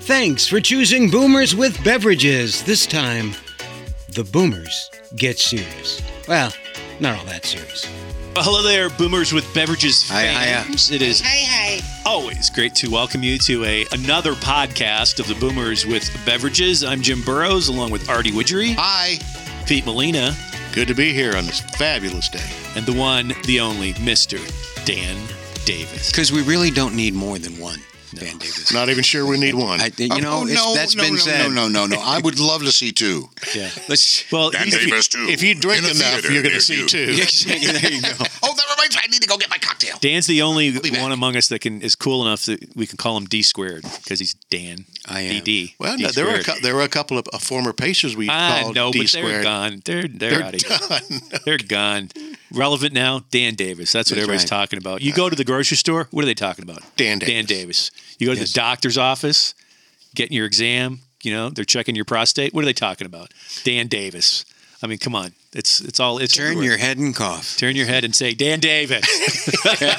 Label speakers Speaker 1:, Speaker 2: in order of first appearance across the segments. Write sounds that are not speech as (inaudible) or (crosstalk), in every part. Speaker 1: Thanks for choosing Boomers with Beverages. This time, the Boomers get serious. Well, not all that serious.
Speaker 2: Well, hello there, Boomers with Beverages
Speaker 3: Hi, hi, uh, hi.
Speaker 2: fans. It is
Speaker 4: Hi, hi.
Speaker 2: always great to welcome you to a another podcast of the Boomers with Beverages. I'm Jim Burrows, along with Artie Widgery,
Speaker 3: Hi.
Speaker 2: Pete Molina,
Speaker 3: Good to be here on this fabulous day.
Speaker 2: and the one, the only, Mister Dan Davis.
Speaker 3: (laughs)
Speaker 1: Because we really don't need more than one Van Davis.
Speaker 3: Not even sure we need one.
Speaker 1: I think you know
Speaker 5: oh,
Speaker 1: it's,
Speaker 5: no,
Speaker 1: that's
Speaker 5: no,
Speaker 1: been
Speaker 5: no,
Speaker 1: said.
Speaker 5: No, no, no, no. I would love to see two.
Speaker 2: Yeah.
Speaker 1: Let's.
Speaker 2: Well,
Speaker 5: Dan
Speaker 2: if you-
Speaker 5: Davis, too.
Speaker 3: if you drink
Speaker 5: In a
Speaker 3: enough,
Speaker 5: theater
Speaker 3: you're going
Speaker 5: near
Speaker 3: to see
Speaker 5: you.
Speaker 3: two.
Speaker 1: Yeah, (laughs) there you go.
Speaker 5: (laughs) Oh, that reminds me. I need to go get my cocktail.
Speaker 2: Dan's the only
Speaker 5: be back.
Speaker 2: one among us that can is cool enough that we can call him D squared because he's Dan.
Speaker 1: I am.
Speaker 2: DD.
Speaker 3: Well,
Speaker 2: D
Speaker 3: no, there were a
Speaker 2: squared.
Speaker 3: cou- there were a couple of uh, former Pacers we
Speaker 2: I
Speaker 3: called
Speaker 2: know,
Speaker 3: D
Speaker 2: but they're
Speaker 3: (laughs) squared.
Speaker 2: gone. They're they're, out of here. They're gone. Relevant now, Dan Davis. That's what
Speaker 1: That's
Speaker 2: everybody's
Speaker 1: right.
Speaker 2: talking about. You go to the grocery store, what are they talking about?
Speaker 3: Dan Davis.
Speaker 2: Dan Davis. You go to
Speaker 1: Yes.
Speaker 2: the doctor's office, getting your exam, you know, they're checking your prostate. What are they talking about? Dan Davis. I mean, come on. It's it's all it's
Speaker 1: Turn
Speaker 2: everywhere.
Speaker 1: your head and cough.
Speaker 2: turn your head and say Dan Davis.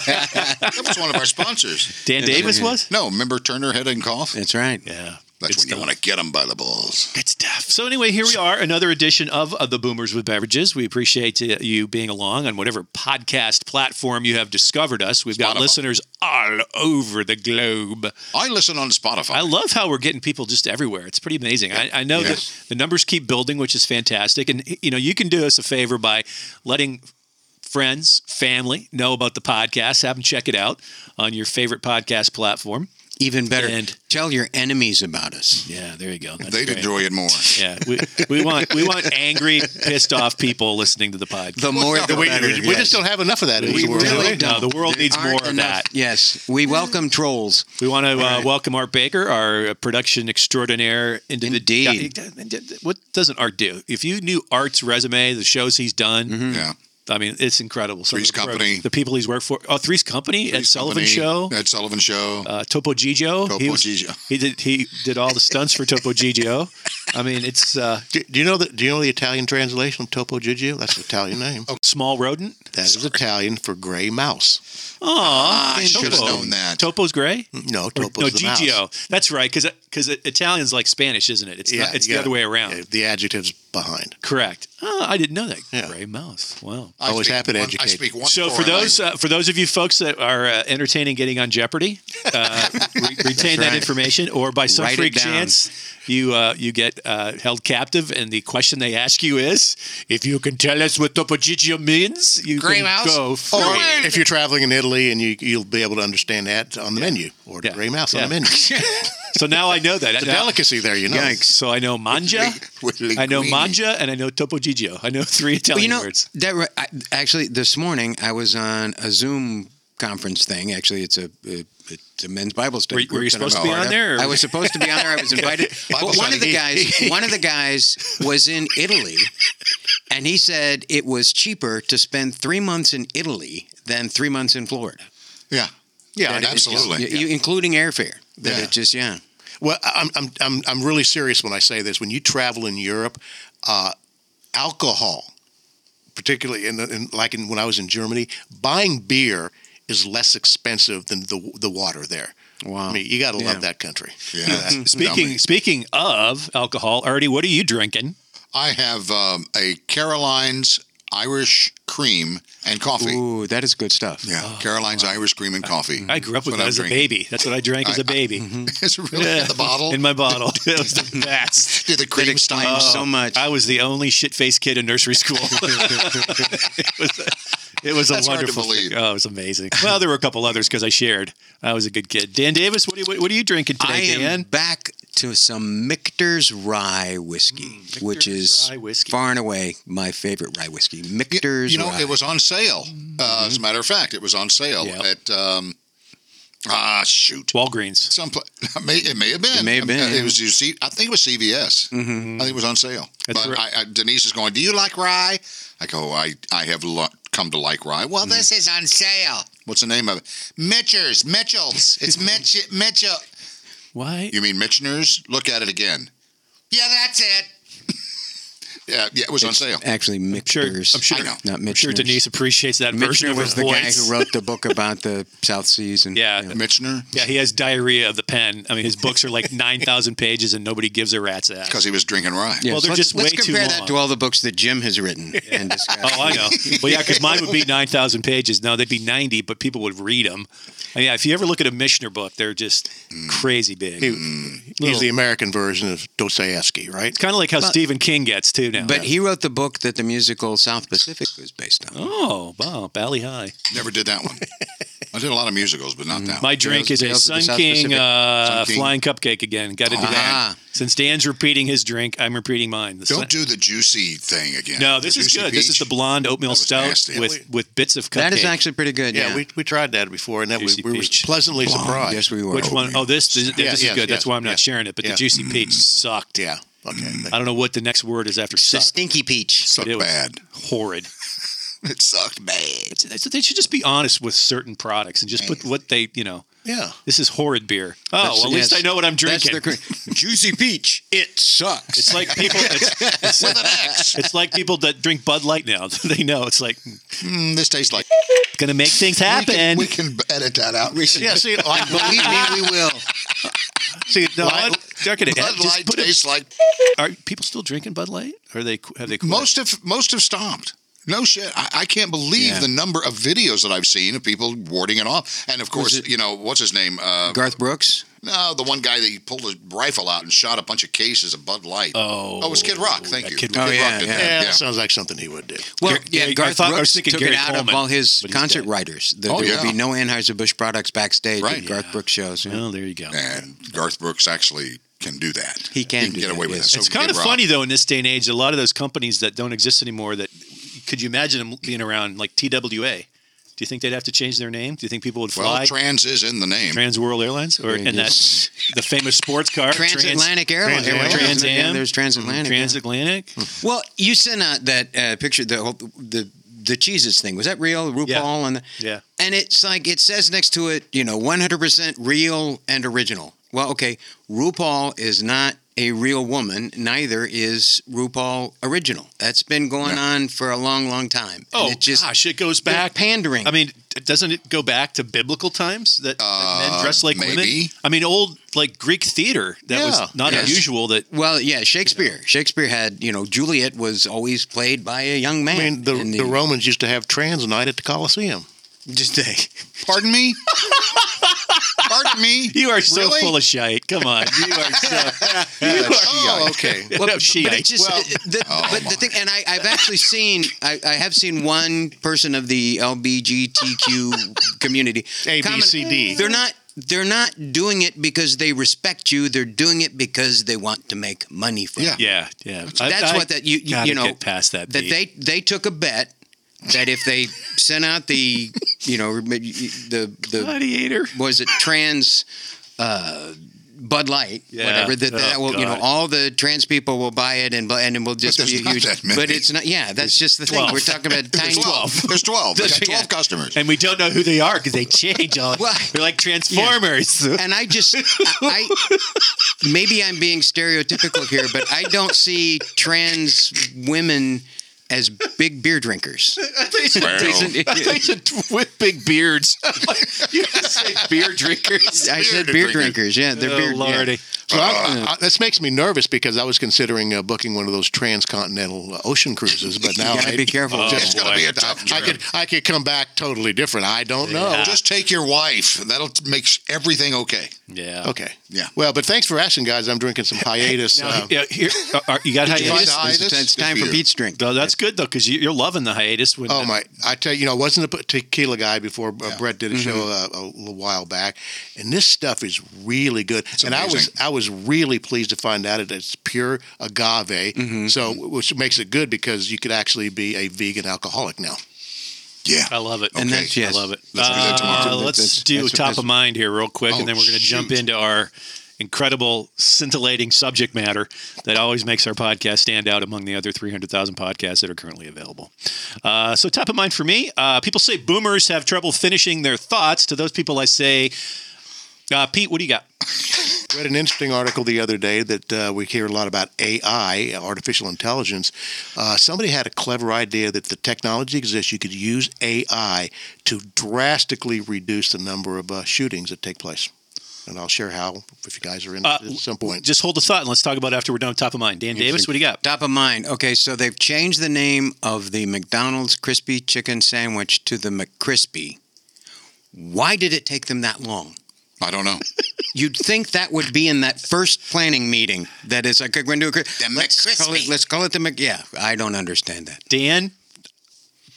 Speaker 5: That was one of our sponsors.
Speaker 2: Dan Davis was?
Speaker 5: No, remember Turner Head and Cough?
Speaker 1: That's right.
Speaker 2: Yeah.
Speaker 5: That's when you want to get them by the balls.
Speaker 2: Good stuff. So anyway, here we are, another edition of, of the Boomers with Beverages. We appreciate uh, you being along on whatever podcast platform you have discovered us. We've got
Speaker 5: Spotify.
Speaker 2: listeners all over the globe.
Speaker 5: I listen on Spotify.
Speaker 2: I love how we're getting people just everywhere. It's pretty amazing. I, I know
Speaker 5: Yes.
Speaker 2: that the numbers keep building, which is fantastic. And you know, you can do us a favor by letting friends, family know about the podcast. Have them check it out on your favorite podcast platform.
Speaker 1: Even better,
Speaker 2: And-
Speaker 1: tell your enemies about us.
Speaker 2: Yeah, there you go. That's
Speaker 5: They'd
Speaker 2: great.
Speaker 5: enjoy it more.
Speaker 2: (laughs) Yeah, we, we want we want angry, pissed off people listening to the podcast.
Speaker 1: The more, the
Speaker 3: We,
Speaker 1: better.
Speaker 3: we
Speaker 1: yes.
Speaker 3: just don't have enough of that in
Speaker 2: We
Speaker 3: this world.
Speaker 2: really
Speaker 3: do we?
Speaker 2: don't. No, the world
Speaker 1: There
Speaker 2: needs
Speaker 1: aren't
Speaker 2: more of
Speaker 1: enough-
Speaker 2: that.
Speaker 1: Yes, we welcome trolls.
Speaker 2: We want to uh,
Speaker 1: Right.
Speaker 2: welcome Art Baker, our uh, production extraordinaire.
Speaker 1: Indeed.
Speaker 2: Individ- what doesn't Art do? If you knew Art's resume, the shows he's done,
Speaker 5: Yeah.
Speaker 2: I mean, it's incredible. Some of
Speaker 5: Mm-hmm. Three's
Speaker 2: the pro-
Speaker 5: Company.
Speaker 2: the people he's worked for. Oh, Three's Company, Ed Sullivan
Speaker 5: Company,
Speaker 2: Show,
Speaker 5: Ed Sullivan Show.
Speaker 2: uh, Topo Gigio. he
Speaker 5: Topo Gigio.
Speaker 2: He did he did all the stunts for Topo
Speaker 5: (laughs)
Speaker 2: Gigio. I mean, it's uh,
Speaker 3: Do, do you know the Do you know the Italian translation of Topo Gigio? That's an Italian name.
Speaker 2: small rodent.
Speaker 3: That is Italian for gray mouse.
Speaker 2: Aw,
Speaker 5: Ah, I
Speaker 2: Topo.
Speaker 5: should've known that.
Speaker 2: Topo's gray.
Speaker 3: No,
Speaker 2: Or-
Speaker 3: Topo's
Speaker 2: no,
Speaker 3: the mouse.
Speaker 2: Gigio. That's right, because because Italian's like Spanish, isn't it? It's
Speaker 3: Yeah,
Speaker 2: not, it's
Speaker 3: yeah.
Speaker 2: the other way around.
Speaker 3: Yeah, the adjectives behind.
Speaker 2: Correct. Oh, I didn't know that.
Speaker 3: Yeah.
Speaker 2: Gray mouse. Wow.
Speaker 5: I
Speaker 3: always
Speaker 5: speak
Speaker 3: happy to
Speaker 5: one- I
Speaker 3: educate.
Speaker 5: speak one
Speaker 2: So for
Speaker 5: foreign
Speaker 2: those uh, for those of you folks that are uh, entertaining getting on Jeopardy, uh, re- retain that
Speaker 1: right.
Speaker 2: information, or by some
Speaker 1: Write it
Speaker 2: freak
Speaker 1: down.
Speaker 2: chance, you uh, you get uh, held captive, and the question they ask you is, if you can tell us what Topo Gigio means, you
Speaker 5: Gray
Speaker 2: can
Speaker 5: mouse?
Speaker 2: go free.
Speaker 3: Or Oh, if you're traveling in Italy and you, you'll be able to understand that on the menu, or the
Speaker 2: Yeah.
Speaker 3: gray mouse
Speaker 2: Yeah.
Speaker 3: on the menu. It's
Speaker 2: So now I know that.
Speaker 3: a
Speaker 2: Now-
Speaker 3: delicacy there, you know.
Speaker 2: So I know manja.
Speaker 5: With linguine.
Speaker 2: I know manja, and I know Topo Gigio. I know (laughs) three Italian
Speaker 1: Well, you know
Speaker 2: words.
Speaker 1: that re- I, actually this morning I was on a Zoom conference thing. Actually, it's a, a it's a men's Bible
Speaker 2: Were
Speaker 1: study.
Speaker 2: you- were you
Speaker 1: group that I'm
Speaker 2: supposed to be
Speaker 1: part
Speaker 2: on
Speaker 1: of.
Speaker 2: there, or-
Speaker 1: I was supposed to be on there.
Speaker 2: (laughs)
Speaker 1: I was invited.
Speaker 3: Bible
Speaker 1: but one of the
Speaker 3: study.
Speaker 1: guys, one of the guys was in Italy, and he said it was cheaper to spend three months in Italy than three months in Florida,
Speaker 5: Yeah.
Speaker 3: Yeah,
Speaker 5: That is- Absolutely.
Speaker 1: Y- you- including airfare. That
Speaker 3: Yeah.
Speaker 1: it just yeah.
Speaker 3: Well, I'm, I'm, I'm, I'm really serious when I say this. When you travel in Europe, uh, alcohol, particularly in, the, in like in, when I was in Germany, buying beer is less expensive than the the water there.
Speaker 1: Wow.
Speaker 3: I mean, you got to
Speaker 1: Yeah.
Speaker 3: love that country. (laughs)
Speaker 5: Yeah.
Speaker 2: Speaking
Speaker 5: Dummy.
Speaker 2: speaking of alcohol, Artie, what are you drinking?
Speaker 5: I have um, a Caroline's Irish cream and coffee.
Speaker 1: Ooh, that is good stuff.
Speaker 5: Yeah, Caroline's Irish cream and coffee.
Speaker 2: Oh, I grew up with
Speaker 5: Mm, That's what
Speaker 2: that
Speaker 5: I'm
Speaker 2: as a
Speaker 5: drinking.
Speaker 2: baby. That's what I drank as a baby.
Speaker 5: (laughs) It's really
Speaker 2: Yeah.
Speaker 5: in the
Speaker 2: (laughs)
Speaker 5: bottle.
Speaker 2: In my bottle. It was the best. Um,
Speaker 5: Did the cream
Speaker 1: explains
Speaker 5: style.
Speaker 1: so much.
Speaker 2: I was the only shit faced kid in nursery school. it was, it was a
Speaker 5: That's hard to
Speaker 2: wonderful thing.
Speaker 5: believe.
Speaker 2: Oh, it was amazing. Well, there were a couple others because I shared. I was a good kid. Dan Davis, what are you, what are you drinking today,
Speaker 1: I am
Speaker 2: Dan?
Speaker 1: back to some Michter's rye whiskey, which is
Speaker 2: Hmm, rye whiskey.
Speaker 1: far and away my favorite rye whiskey. Michter's
Speaker 5: You know,
Speaker 1: rye.
Speaker 5: it was on sale. Uh, as a matter of fact, it was on sale
Speaker 2: Yeah.
Speaker 5: at um, ah shoot.
Speaker 2: Walgreens.
Speaker 5: Some pla- (laughs) may, it may have been.
Speaker 1: It may have been,
Speaker 5: Uh,
Speaker 1: yeah.
Speaker 5: It was you see. I think it was CVS. I think it was on sale.
Speaker 2: That's
Speaker 5: but
Speaker 2: right.
Speaker 5: I, I, Denise is going. Do you like rye? I go. I I have lo- come to like rye. Well, Oh, this is on sale. What's the name of it? Mitchers, Mitchell's. It's Mitch Mitchell.
Speaker 2: Why?
Speaker 5: You mean Mitchners? Look at it again. Yeah, that's it. yeah, yeah, it was on sale.
Speaker 1: Actually, Mick
Speaker 2: Sure, I'm
Speaker 1: Beers,
Speaker 2: sure.
Speaker 5: I know.
Speaker 1: not
Speaker 2: I'm sure
Speaker 1: Mitchner's.
Speaker 2: Denise appreciates that version
Speaker 1: Uh, Mitchner
Speaker 2: of her
Speaker 1: was the guy
Speaker 2: voice.
Speaker 1: who wrote the book about the South Seas and
Speaker 2: Yeah.
Speaker 5: Mitchner,
Speaker 2: Yeah, he has diarrhea of the pen. I mean, his books are like (laughs) 9,000 pages and nobody gives a rat's ass.
Speaker 5: because he was drinking rye.
Speaker 1: Yeah,
Speaker 2: Well, they're
Speaker 1: let's,
Speaker 2: just
Speaker 1: let's
Speaker 2: way too
Speaker 1: compare
Speaker 2: long.
Speaker 1: that to all the books that Jim has written
Speaker 2: (laughs)
Speaker 1: and discussed.
Speaker 2: Oh, I know. Well, yeah, because mine would be 9,000 pages. No, they'd be 90, but people would read them. yeah, if you ever look at a Mishner book, they're just
Speaker 1: Mm.
Speaker 2: crazy big.
Speaker 3: He-
Speaker 2: It's
Speaker 3: He's the American version of Dostoevsky, right?
Speaker 2: kind of like how Stephen King gets, too, now.
Speaker 1: But he wrote the book that the musical South Pacific was based on.
Speaker 2: oh, wow, Bally High.
Speaker 5: Never did that one. I did a lot of musicals, but not that one.
Speaker 2: My drink is a
Speaker 1: Tales of the
Speaker 2: Sun
Speaker 1: South
Speaker 2: King,
Speaker 1: Pacific.
Speaker 2: uh,
Speaker 5: Sun King.
Speaker 2: flying cupcake again. Got to do that.
Speaker 1: Ah.
Speaker 2: Since Dan's repeating his drink, I'm repeating mine. The Sun-
Speaker 5: Don't do the juicy thing again.
Speaker 2: no, this
Speaker 5: The
Speaker 2: is
Speaker 5: juicy
Speaker 2: good. This is
Speaker 5: peach.
Speaker 2: the blonde oatmeal
Speaker 5: was
Speaker 2: stout
Speaker 5: nasty.
Speaker 2: with, with bits of cupcake.
Speaker 1: That is actually pretty good.
Speaker 3: Yeah,
Speaker 1: Yeah,
Speaker 3: we, we tried that before, and that we,
Speaker 2: Juicy
Speaker 3: we were
Speaker 2: peach.
Speaker 3: pleasantly surprised.
Speaker 1: yes, we were.
Speaker 2: Which one? Oh, this, this, this
Speaker 3: Yeah,
Speaker 2: is
Speaker 3: yes,
Speaker 2: good. That's
Speaker 3: yes,
Speaker 2: why I'm not
Speaker 3: yes.
Speaker 2: sharing it. But the
Speaker 3: Yeah.
Speaker 2: juicy peach sucked.
Speaker 3: Yeah. Okay.
Speaker 2: I don't know what the next word is after
Speaker 1: the
Speaker 2: sucked.
Speaker 1: stinky peach.
Speaker 5: sucked
Speaker 2: it was-
Speaker 5: bad. (laughs)
Speaker 2: Horrid.
Speaker 5: It sucked bad.
Speaker 2: It's- it's- they should just be honest with certain products and just put what they, you know.
Speaker 3: Yeah.
Speaker 2: This is horrid beer. Oh,
Speaker 1: That's-
Speaker 2: well, at least
Speaker 1: yes.
Speaker 2: I know what I'm
Speaker 1: That's
Speaker 2: drinking.
Speaker 1: the
Speaker 2: (laughs)
Speaker 1: cr- juicy peach. It sucks.
Speaker 2: it's like people. It's, it's, it's like people that drink Bud Light now. (laughs) they know it's like
Speaker 5: Mm, this tastes like.
Speaker 2: gonna make things
Speaker 5: We can,
Speaker 2: happen. (laughs)
Speaker 5: we can edit that out.
Speaker 3: Yeah.
Speaker 5: (laughs)
Speaker 3: See, like
Speaker 1: Believe me, we will.
Speaker 2: See, no,
Speaker 5: Light-
Speaker 2: Bud- they're gonna-
Speaker 5: Bud
Speaker 2: just
Speaker 5: Light
Speaker 2: put it-
Speaker 5: tastes like
Speaker 2: Are people still drinking Bud Light? Are they? qu- Have they? Quit?
Speaker 5: most of most have stopped. No shit. I, I can't believe
Speaker 1: Yeah.
Speaker 5: the number of videos that I've seen of people warding it off. And of course, you know what's his name? Uh,
Speaker 1: Garth Brooks.
Speaker 5: no, the one guy that he pulled a rifle out and shot a bunch of cases of Bud Light.
Speaker 2: Oh,
Speaker 5: it was Kid Rock. Thank
Speaker 2: yeah,
Speaker 5: you.
Speaker 2: Kid
Speaker 1: Rock. Oh, yeah,
Speaker 5: did
Speaker 1: yeah.
Speaker 5: that,
Speaker 3: yeah, that sounds like something he would do.
Speaker 1: Well,
Speaker 2: Gar-
Speaker 1: yeah,
Speaker 2: yeah, I
Speaker 1: Garth
Speaker 2: thought- I was
Speaker 1: Brooks
Speaker 2: thinking
Speaker 1: took
Speaker 2: Gary
Speaker 1: it out
Speaker 2: Coleman,
Speaker 1: of all his
Speaker 2: but he's
Speaker 1: concert
Speaker 2: dead.
Speaker 1: writers. That
Speaker 5: Oh,
Speaker 1: there
Speaker 5: yeah.
Speaker 1: would be no Anheuser-Busch products backstage
Speaker 5: Right.
Speaker 1: at Garth Brooks shows. yeah.
Speaker 2: Well, Oh, there you go.
Speaker 5: And Garth Brooks actually can do that.
Speaker 1: He can do
Speaker 5: get
Speaker 1: that,
Speaker 5: away with
Speaker 1: yes.
Speaker 5: it. So
Speaker 2: it's kind
Speaker 5: Kid
Speaker 2: of
Speaker 5: Rock.
Speaker 2: funny though in this day and age. A lot of those companies that don't exist anymore. That could you imagine them being around like TWA? Do you think they'd have to change their name? Do you think people would
Speaker 5: Well,
Speaker 2: fly
Speaker 5: trans is in the name.
Speaker 2: Trans World Airlines or
Speaker 1: Yeah,
Speaker 2: and that
Speaker 1: yes.
Speaker 2: the famous sports car
Speaker 1: Transatlantic Airlines.
Speaker 3: Trans Am.
Speaker 1: Yeah,
Speaker 2: Trans Am.
Speaker 1: yeah, there's transatlantic. yeah. Mm-hmm.
Speaker 2: Transatlantic.
Speaker 1: Well, you sent out that uh, picture, the whole, the the Cheez-Its thing. Was that real? RuPaul
Speaker 2: Yeah.
Speaker 1: and the,
Speaker 2: Yeah.
Speaker 1: and it's like it says next to it, you know, 100% real and original. Well, okay, RuPaul is not a real woman. Neither is RuPaul original. That's been going on for a long, long time. And
Speaker 2: Oh
Speaker 1: it just
Speaker 2: gosh, it goes
Speaker 1: they're
Speaker 2: back.
Speaker 1: pandering.
Speaker 2: I mean, d- doesn't it go back to biblical times that, that men dress like women?
Speaker 5: maybe.
Speaker 2: I mean, old like Greek theater that
Speaker 3: Yeah.
Speaker 2: was not
Speaker 5: Yes.
Speaker 2: unusual. That (laughs)
Speaker 1: well, yeah, Shakespeare. Shakespeare had, you know, Juliet was always played by a young man.
Speaker 3: I mean, the,
Speaker 1: in
Speaker 3: the Romans used to have trans night at the Colosseum.
Speaker 1: just a-
Speaker 5: Pardon me? Pardon me?
Speaker 2: (laughs) you are so
Speaker 5: Really?
Speaker 2: full of shite. Come on, you are so. you are,
Speaker 5: Oh, okay.
Speaker 2: Well,
Speaker 1: but- but
Speaker 2: Shiite.
Speaker 1: it's just, the,
Speaker 5: Oh,
Speaker 1: but
Speaker 5: my.
Speaker 1: the thing, and I, I've actually seen, I, I have seen one person of the
Speaker 3: (laughs)
Speaker 1: LBGTQ community.
Speaker 3: A, B,
Speaker 1: comment-
Speaker 3: C, D.
Speaker 1: They're not. They're not doing it because they respect you. They're doing it because they want to make money from.
Speaker 5: Yeah.
Speaker 1: You.
Speaker 2: yeah, yeah. That's
Speaker 1: That's what that you you,
Speaker 2: gotta
Speaker 1: you know
Speaker 2: get past that.
Speaker 1: that
Speaker 2: beat.
Speaker 1: they they took a bet that if they sent out the you know (laughs) the the
Speaker 2: gladiator.
Speaker 1: was it trans uh, Bud Light,
Speaker 2: Yeah.
Speaker 1: whatever that, that
Speaker 2: Oh,
Speaker 1: will you know
Speaker 2: God.
Speaker 1: all the trans people will buy it and bu- and it will just
Speaker 5: But
Speaker 1: be
Speaker 5: there's
Speaker 1: a
Speaker 5: not
Speaker 1: huge.
Speaker 5: that many.
Speaker 1: But it's not. Yeah, that's just the thing.
Speaker 2: 12.
Speaker 1: We're talking
Speaker 2: (laughs)
Speaker 1: about tiny.
Speaker 5: There's 12. There's 12. They got 12
Speaker 1: Yeah.
Speaker 5: customers.
Speaker 2: and we don't know who they are because they change all.
Speaker 1: Well,
Speaker 2: (laughs) they're like Transformers.
Speaker 1: And I just, I, I maybe I'm being stereotypical here, but I don't see trans women as big beer drinkers.
Speaker 2: They should,
Speaker 5: Well.
Speaker 2: they should- they should whip big beards. you just say (laughs) beer drinkers.
Speaker 1: I said
Speaker 5: Beer
Speaker 1: beer
Speaker 5: drinker.
Speaker 1: drinkers. Yeah, they're
Speaker 2: Oh,
Speaker 1: beer. yeah.
Speaker 2: Lordy.
Speaker 3: So
Speaker 1: Uh,
Speaker 3: I, I, this makes me nervous because I was considering uh, booking one of those transcontinental uh, ocean cruises, but now
Speaker 1: You gotta
Speaker 3: I,
Speaker 1: be careful.
Speaker 2: Oh,
Speaker 5: it's going to
Speaker 2: boy.
Speaker 5: be a tough
Speaker 3: I
Speaker 5: trip.
Speaker 3: could I could come back totally different. I don't know.
Speaker 2: uh,
Speaker 5: Just take your wife. That'll t- make sh- everything okay.
Speaker 2: Yeah.
Speaker 3: Okay.
Speaker 5: Yeah.
Speaker 3: Well, but thanks for asking, guys. I'm drinking
Speaker 1: (laughs)
Speaker 3: some hiatus.
Speaker 2: Now,
Speaker 3: uh,
Speaker 2: yeah, here, are- are- you got
Speaker 5: you find
Speaker 2: hiatus.
Speaker 5: out?
Speaker 1: It's, it's- it's
Speaker 5: Good
Speaker 1: time for
Speaker 5: beer.
Speaker 1: Pete's drink.
Speaker 2: No, that's good though, because you, you're loving the hiatus. When
Speaker 3: Oh my! I tell you, you know, I wasn't a tequila guy before. Uh, Brett did a show uh,
Speaker 1: Mm-hmm.
Speaker 3: a little while back, and this stuff is really good. and
Speaker 5: amazing.
Speaker 3: I was I was really pleased to find out that it's pure agave,
Speaker 1: Mm-hmm.
Speaker 3: so which makes it good because you could actually be a vegan alcoholic now.
Speaker 5: Yeah.
Speaker 2: I love it.
Speaker 1: And
Speaker 5: Okay.
Speaker 1: that's yes.
Speaker 2: I love it.
Speaker 5: Let's do that tomorrow.
Speaker 2: Uh, let's
Speaker 1: That's-
Speaker 2: do
Speaker 1: that's-
Speaker 2: top
Speaker 1: that's-
Speaker 2: of mind here real quick,
Speaker 5: Oh,
Speaker 2: and then we're going to jump
Speaker 5: shoot.
Speaker 2: into our incredible, scintillating subject matter that always makes our podcast stand out among the other 300,000 podcasts that are currently available. Uh, so, top of mind for me, uh, people say boomers have trouble finishing their thoughts. To those people, I say, uh, Pete, what do you got?
Speaker 3: read an interesting article the other day that uh, we hear a lot about AI, artificial intelligence. Uh, somebody had a clever idea that the technology exists. You could use AI to drastically reduce the number of uh, shootings that take place. And I'll share how if you guys are
Speaker 1: Uh,
Speaker 3: interested at some point.
Speaker 2: Just hold the thought and let's talk about it after we're done with top of mind. Dan Davis, what do you got?
Speaker 1: Top of mind. Okay, so they've changed the name of the McDonald's crispy chicken sandwich to the McCrispy. Why did it take them that long?
Speaker 5: I don't know.
Speaker 1: You'd think that would be in that first planning meeting. That is like we're going to do a
Speaker 5: The
Speaker 1: let's call it,
Speaker 5: McCrispy.
Speaker 1: let's call it the Mc. Yeah, I don't understand that.
Speaker 2: Dan,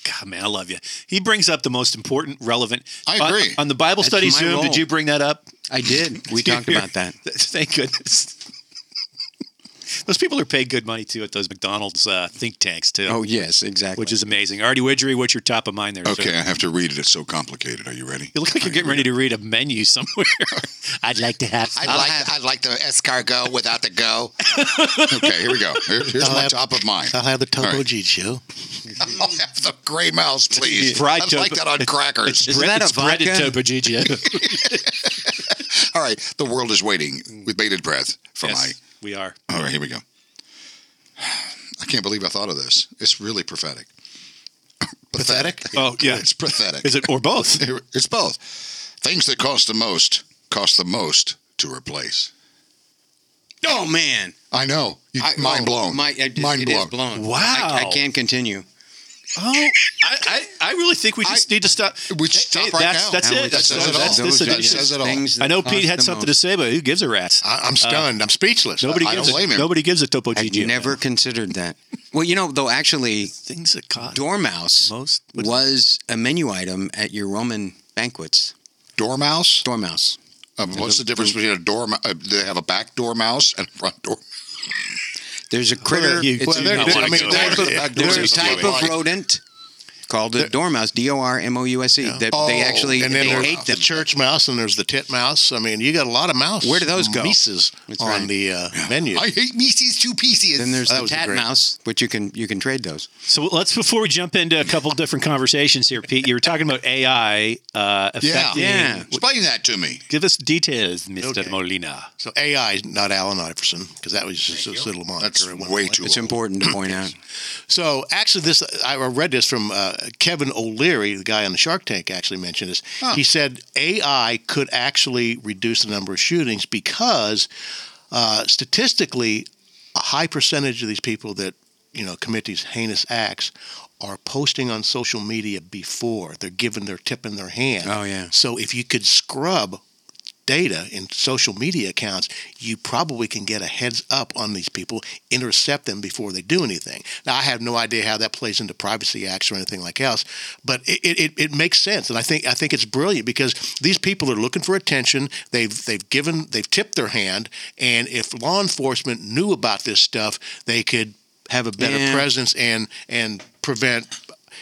Speaker 2: God, man, I love you. He brings up the most important, relevant.
Speaker 5: I
Speaker 2: On-
Speaker 5: agree.
Speaker 2: On, the Bible
Speaker 1: That's
Speaker 2: study
Speaker 1: my
Speaker 2: Zoom,
Speaker 1: role.
Speaker 2: did you bring that up?
Speaker 1: I did.
Speaker 2: (laughs)
Speaker 5: (laughs)
Speaker 1: We talked about that.
Speaker 2: Thank goodness. (laughs) Those people are paid good money too at those McDonald's uh, think tanks too,
Speaker 1: Oh yes, exactly.
Speaker 2: which is amazing. Artie Widgery, what's your top of mind there? sir?
Speaker 5: Okay, I have to read it. It's so complicated. Are you ready? (laughs)
Speaker 2: You look like you're getting ready to read a
Speaker 1: (laughs)
Speaker 2: menu somewhere. I'd like to have.
Speaker 4: I'd
Speaker 2: I'll
Speaker 4: like
Speaker 2: have-
Speaker 4: I'd like the escargot without
Speaker 3: (laughs)
Speaker 4: the go.
Speaker 5: Okay, here we go. Here- here's my
Speaker 3: have-
Speaker 5: top of
Speaker 3: (laughs)
Speaker 5: mind.
Speaker 3: I'll have the
Speaker 5: All right.
Speaker 3: Topoji Joe.
Speaker 5: I'll (laughs) have the gray mouse, please.
Speaker 2: Fried
Speaker 5: I'd like
Speaker 2: tofu-
Speaker 5: that on crackers.
Speaker 1: Isn't
Speaker 2: bread-
Speaker 1: that a
Speaker 2: it's breaded
Speaker 1: vodka?
Speaker 2: topo
Speaker 1: (laughs)
Speaker 2: Gigio.
Speaker 5: (laughs) All right, the world is waiting with bated breath for
Speaker 2: yes, we are.
Speaker 5: my. All right, here we go. I can't believe I thought of this. It's really (coughs) prophetic.
Speaker 3: Pathetic?
Speaker 2: Oh yeah,
Speaker 5: It's pathetic.
Speaker 2: is it or
Speaker 1: (laughs)
Speaker 2: both?
Speaker 5: It's both. Things that cost the most cost the most to replace.
Speaker 1: oh man,
Speaker 5: I know. You,
Speaker 1: I-
Speaker 5: mind
Speaker 1: oh,
Speaker 5: blown.
Speaker 1: My, I- it-
Speaker 5: mind
Speaker 1: it
Speaker 5: blown.
Speaker 1: is blown.
Speaker 2: Wow.
Speaker 1: I, I can't continue.
Speaker 2: Oh, I, I, I really think we just need to stop.
Speaker 5: We stop
Speaker 2: hey,
Speaker 5: right
Speaker 2: that's-
Speaker 5: now.
Speaker 2: that's
Speaker 1: That
Speaker 2: it.
Speaker 1: was-
Speaker 5: That says it all.
Speaker 2: that's-
Speaker 1: those
Speaker 2: this
Speaker 1: are
Speaker 2: edition.
Speaker 1: just
Speaker 5: Says it all.
Speaker 1: things that
Speaker 2: I know Pete
Speaker 1: cost
Speaker 2: had
Speaker 1: the
Speaker 2: something
Speaker 1: most.
Speaker 2: to say, but who gives a rat's?
Speaker 3: I, I'm stunned. I'm speechless.
Speaker 2: Nobody
Speaker 5: I
Speaker 2: gives
Speaker 5: don't blame
Speaker 2: a
Speaker 5: him.
Speaker 2: nobody gives a topo
Speaker 1: I
Speaker 2: Gigio.
Speaker 1: never considered that. Well, you know, though, actually,
Speaker 2: things that cost
Speaker 1: dormouse
Speaker 2: most. What-
Speaker 1: was a menu item at your Roman banquets.
Speaker 5: Dormouse?
Speaker 1: Dormouse.
Speaker 5: Um, what's the difference between a dormouse? Uh, they have a back dormouse and a front dormouse.
Speaker 1: There's a critter.
Speaker 2: you-
Speaker 1: it's
Speaker 2: well,
Speaker 1: a-
Speaker 2: there-
Speaker 1: it's a-
Speaker 2: I mean,
Speaker 1: it's a-
Speaker 2: there-
Speaker 1: there's
Speaker 2: there's
Speaker 1: a type
Speaker 5: something
Speaker 1: of
Speaker 5: like-
Speaker 1: rodent called a dormouse. D O R M O U S E. That they actually
Speaker 3: Oh. and then
Speaker 1: they
Speaker 3: there's
Speaker 1: ate
Speaker 3: the
Speaker 1: them.
Speaker 3: church mouse and there's the tit mouse. I mean, you got a lot of mouse.
Speaker 1: Where do those go?
Speaker 3: Mices
Speaker 1: That's
Speaker 3: on
Speaker 1: right.
Speaker 3: the uh, menu.
Speaker 5: I hate Mises two pieces.
Speaker 1: Then there's
Speaker 3: that
Speaker 1: the
Speaker 3: was a
Speaker 1: tat
Speaker 3: great-
Speaker 1: mouse, which you can you can trade those.
Speaker 2: So let's before we jump into a couple different conversations here, Pete. You were talking about AI uh,
Speaker 5: yeah.
Speaker 2: affecting.
Speaker 1: Yeah.
Speaker 5: Explain that to me.
Speaker 2: Give us details, Mister
Speaker 3: Okay.
Speaker 2: Molina.
Speaker 3: So AI, not Alan Iverson, because that was just this little moniker.
Speaker 5: That's
Speaker 3: at one
Speaker 5: way
Speaker 3: point.
Speaker 5: too
Speaker 1: It's
Speaker 5: old.
Speaker 1: important to point out.
Speaker 3: So actually, this I read this from uh, Kevin O'Leary, the guy on the Shark Tank, actually mentioned this. He said AI could actually reduce the number of shootings because uh, statistically, a high percentage of these people that you know commit these heinous acts are posting on social media before they're given their tip in their hand.
Speaker 1: Oh, yeah.
Speaker 3: So if you could scrub data in social media accounts, you probably can get a heads up on these people, intercept them before they do anything. Now, I have no idea how that plays into privacy acts or anything like else, but it, it, it- it makes sense, and I think I think it's brilliant because these people are looking for attention. They've they've given they've tipped their hand, and if law enforcement knew about this stuff, they could have a better
Speaker 1: Yeah.
Speaker 3: presence and and prevent.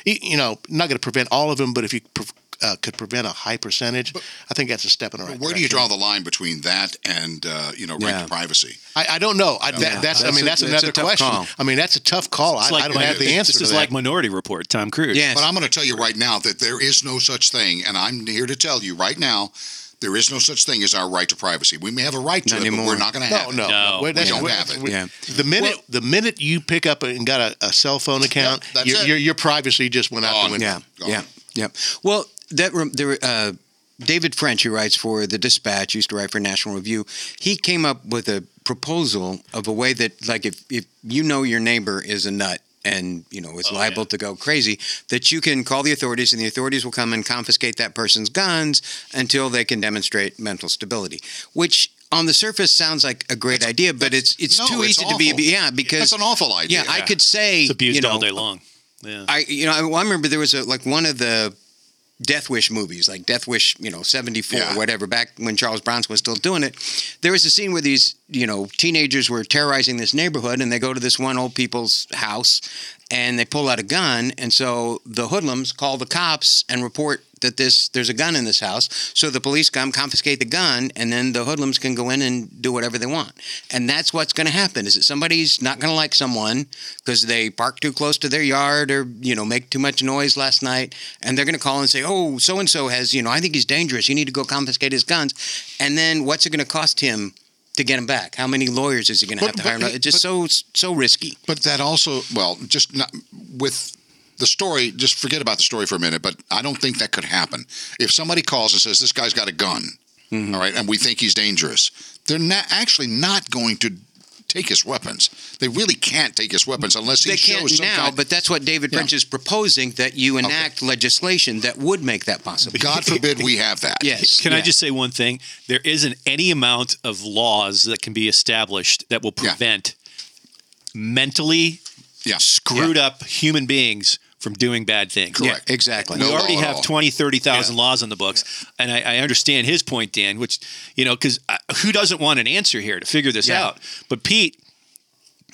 Speaker 3: y- You know, not going to prevent all of them, but if you pre- uh, could prevent a high percentage, I think that's a step in the right
Speaker 5: Where
Speaker 3: direction.
Speaker 5: do you draw the line between that and uh, you know right
Speaker 1: Yeah.
Speaker 5: to privacy?
Speaker 3: I, I don't know. I, that, that's, I
Speaker 1: That's
Speaker 3: mean,
Speaker 1: a-
Speaker 3: that's
Speaker 1: that's a
Speaker 3: another
Speaker 1: tough
Speaker 3: question.
Speaker 1: call.
Speaker 3: I mean, that's a tough call. I,
Speaker 2: It's like
Speaker 3: I don't
Speaker 2: my-
Speaker 3: have the answer
Speaker 2: This
Speaker 3: to
Speaker 2: is
Speaker 3: that.
Speaker 2: like Minority Report. Tom Cruise.
Speaker 1: Yes.
Speaker 5: But I'm going to tell you right now that there is no such thing, and I'm here to tell you right now, there is no such thing as our right to privacy. We may have a right to
Speaker 1: Not
Speaker 5: it, but
Speaker 1: anymore.
Speaker 5: we're not going to
Speaker 3: no,
Speaker 5: have it.
Speaker 3: no,
Speaker 2: No,
Speaker 3: Wait,
Speaker 2: we
Speaker 3: that's-
Speaker 5: don't
Speaker 3: wait,
Speaker 5: have it.
Speaker 3: wait.
Speaker 1: Yeah.
Speaker 3: The minute the minute you pick up and got a, a cell phone account,
Speaker 5: Yep, that's
Speaker 3: your,
Speaker 5: it.
Speaker 3: your your privacy just went out
Speaker 5: Gone.
Speaker 3: the window.
Speaker 1: Yeah,
Speaker 5: Gone.
Speaker 1: yeah, yeah. Well, that rem- there, uh, David French, who writes for the Dispatch, used to write for National Review. He came up with a proposal of a way that, like, if if you know your neighbor is a nut and you know
Speaker 5: Oh,
Speaker 1: is liable to go crazy, that you can call the authorities and the authorities will come and confiscate that person's guns until they can demonstrate mental stability, which. On the surface, sounds like a great idea, but it's it's
Speaker 5: no,
Speaker 1: too
Speaker 5: it's
Speaker 1: easy to
Speaker 5: awful.
Speaker 1: be yeah because
Speaker 5: That's an awful idea.
Speaker 1: yeah I could say
Speaker 2: It's abused
Speaker 1: you know,
Speaker 2: all day long. Yeah.
Speaker 1: I you know I, well, I remember there was a like one of the Death Wish movies, like Death Wish, you know, seventy four,
Speaker 5: Yeah.
Speaker 1: whatever. Back when Charles Bronson was still doing it, there was a scene where these you know teenagers were terrorizing this neighborhood, and they go to this one old people's house, and they pull out a gun, and so the hoodlums call the cops and report that this there's a gun in this house. So the police come confiscate the gun, and then the hoodlums can go in and do whatever they want. And that's what's going to happen: is that somebody's not going to like someone because they park too close to their yard or you know make too much noise last night, and they're going to call and say, "Oh, so and so has you know I think he's dangerous. You need to go confiscate his guns." And then what's it going to cost him? to get him back? How many lawyers is he going to
Speaker 5: But-
Speaker 1: have to
Speaker 5: but-
Speaker 1: hire? It's just so so risky.
Speaker 5: But that also, well, just not with the story. Just forget about the story for a minute. But I don't think that could happen. If somebody calls and says this guy's got a gun,
Speaker 1: Mm-hmm.
Speaker 5: all right, and we think he's dangerous, they're not actually not going to take his weapons. They really can't take his weapons unless he
Speaker 1: They can't
Speaker 5: shows some
Speaker 1: now,
Speaker 5: kind.
Speaker 1: but that's what David
Speaker 5: Yeah.
Speaker 1: French is proposing that you enact legislation that would make that possible.
Speaker 5: God forbid we have that.
Speaker 1: (laughs) Yes.
Speaker 2: Can I
Speaker 1: yeah.
Speaker 2: just say one thing? There isn't any amount of laws that can be established that will
Speaker 5: Yeah.
Speaker 2: prevent mentally
Speaker 5: Yeah.
Speaker 2: screwed up human beings from doing bad things.
Speaker 1: Yeah,
Speaker 5: Correct.
Speaker 1: exactly.
Speaker 5: No
Speaker 2: we already
Speaker 5: law at
Speaker 2: have
Speaker 5: all.
Speaker 2: 20, 30,000 laws on the books. And I, I understand his point, Dan, which, you know, because who doesn't want an answer here to figure this
Speaker 1: Yeah.
Speaker 2: out? But Pete,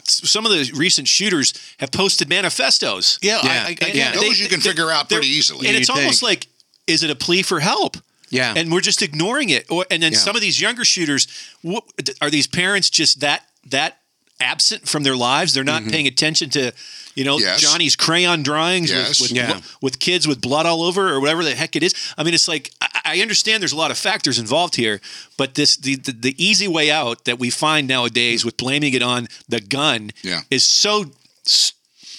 Speaker 2: s- some of the recent shooters have posted manifestos.
Speaker 3: Yeah, I-
Speaker 1: Yeah.
Speaker 3: I, I,
Speaker 2: And
Speaker 5: Yeah.
Speaker 2: they-
Speaker 5: Those you can
Speaker 2: they-
Speaker 5: figure out
Speaker 2: they're-
Speaker 5: pretty easily.
Speaker 2: And it's
Speaker 1: You'd
Speaker 2: almost
Speaker 1: think.
Speaker 2: like, is it a plea for help?
Speaker 1: Yeah.
Speaker 2: And we're just ignoring it. Or and then
Speaker 1: Yeah.
Speaker 2: some of these younger shooters, what, are these parents just that that absent from their lives? They're not paying attention to, you know,
Speaker 5: Yes.
Speaker 2: Johnny's crayon drawings
Speaker 5: Yes.
Speaker 2: with with,
Speaker 1: Yeah.
Speaker 2: with kids with blood all over or whatever the heck it is. I mean, it's like I, I understand there's a lot of factors involved here, but this the, the the easy way out that we find nowadays with blaming it on the gun
Speaker 5: Yeah.
Speaker 2: is so. s-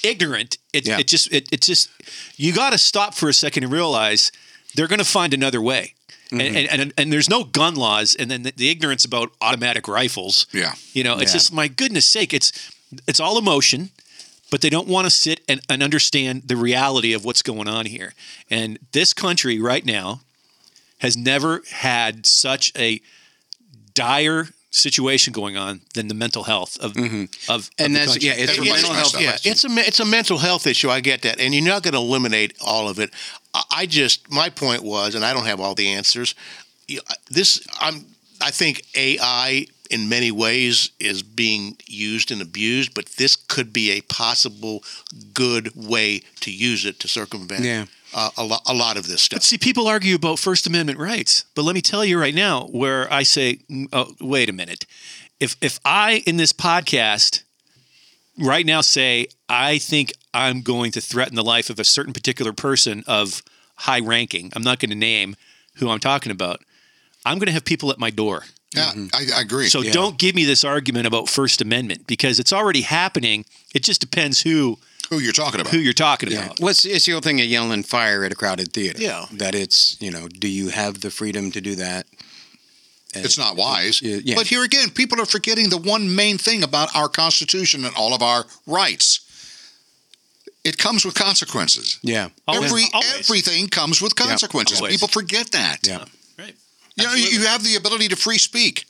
Speaker 2: Ignorant, it,
Speaker 1: Yeah.
Speaker 2: it just it, it just you got to stop for a second and realize they're going to find another way.
Speaker 1: Mm-hmm.
Speaker 2: And, and, and and there's no gun laws, and then the, the ignorance about automatic rifles.
Speaker 5: Yeah.
Speaker 2: you know, it's
Speaker 1: Yeah.
Speaker 2: just my goodness sake, it's it's all emotion, but they don't want to sit and, and understand the reality of what's going on here. And this country right now has never had such a dire situation going on than the mental health of of,
Speaker 1: Mm-hmm. and
Speaker 2: of the
Speaker 1: that's
Speaker 2: country.
Speaker 1: yeah, it's a
Speaker 5: Everybody's
Speaker 1: mental
Speaker 5: messed
Speaker 1: health
Speaker 5: up.
Speaker 1: yeah,
Speaker 5: Yes.
Speaker 3: It's a me- it's a mental health issue. I get that, and you're not going to eliminate all of it. I- I just my point was, and I don't have all the answers. you- This I'm I think AI in many ways is being used and abused, but this could be a possible good way to use it to circumvent
Speaker 1: Yeah.
Speaker 3: uh, a, lo- a lot of this
Speaker 2: But
Speaker 3: stuff.
Speaker 2: see, people argue about First Amendment rights, but let me tell you right now, where I say, mm, oh, wait a minute, if if I in this podcast right now say I think I'm going to threaten the life of a certain particular person of high ranking, I'm not going to name who I'm talking about. I'm going to have people at my door.
Speaker 5: Yeah, I, I agree.
Speaker 2: So don't give me this argument about First Amendment because it's already happening. It just depends who
Speaker 5: who you're talking about?
Speaker 2: who you're talking
Speaker 1: Yeah.
Speaker 2: about.
Speaker 1: What's it's the old thing of yelling fire at a crowded theater?
Speaker 3: Yeah.
Speaker 1: That it's you know, do you have the freedom to do that?
Speaker 5: It's not wise.
Speaker 1: Yeah, yeah.
Speaker 5: But here again, people are forgetting the one main thing about our Constitution and all of our rights. It comes with consequences.
Speaker 1: Yeah.
Speaker 2: Always.
Speaker 5: Every
Speaker 2: Always.
Speaker 5: everything comes with consequences.
Speaker 2: Always.
Speaker 5: People forget that.
Speaker 1: Yeah.
Speaker 2: Right.
Speaker 5: You know, you have the ability to free speak.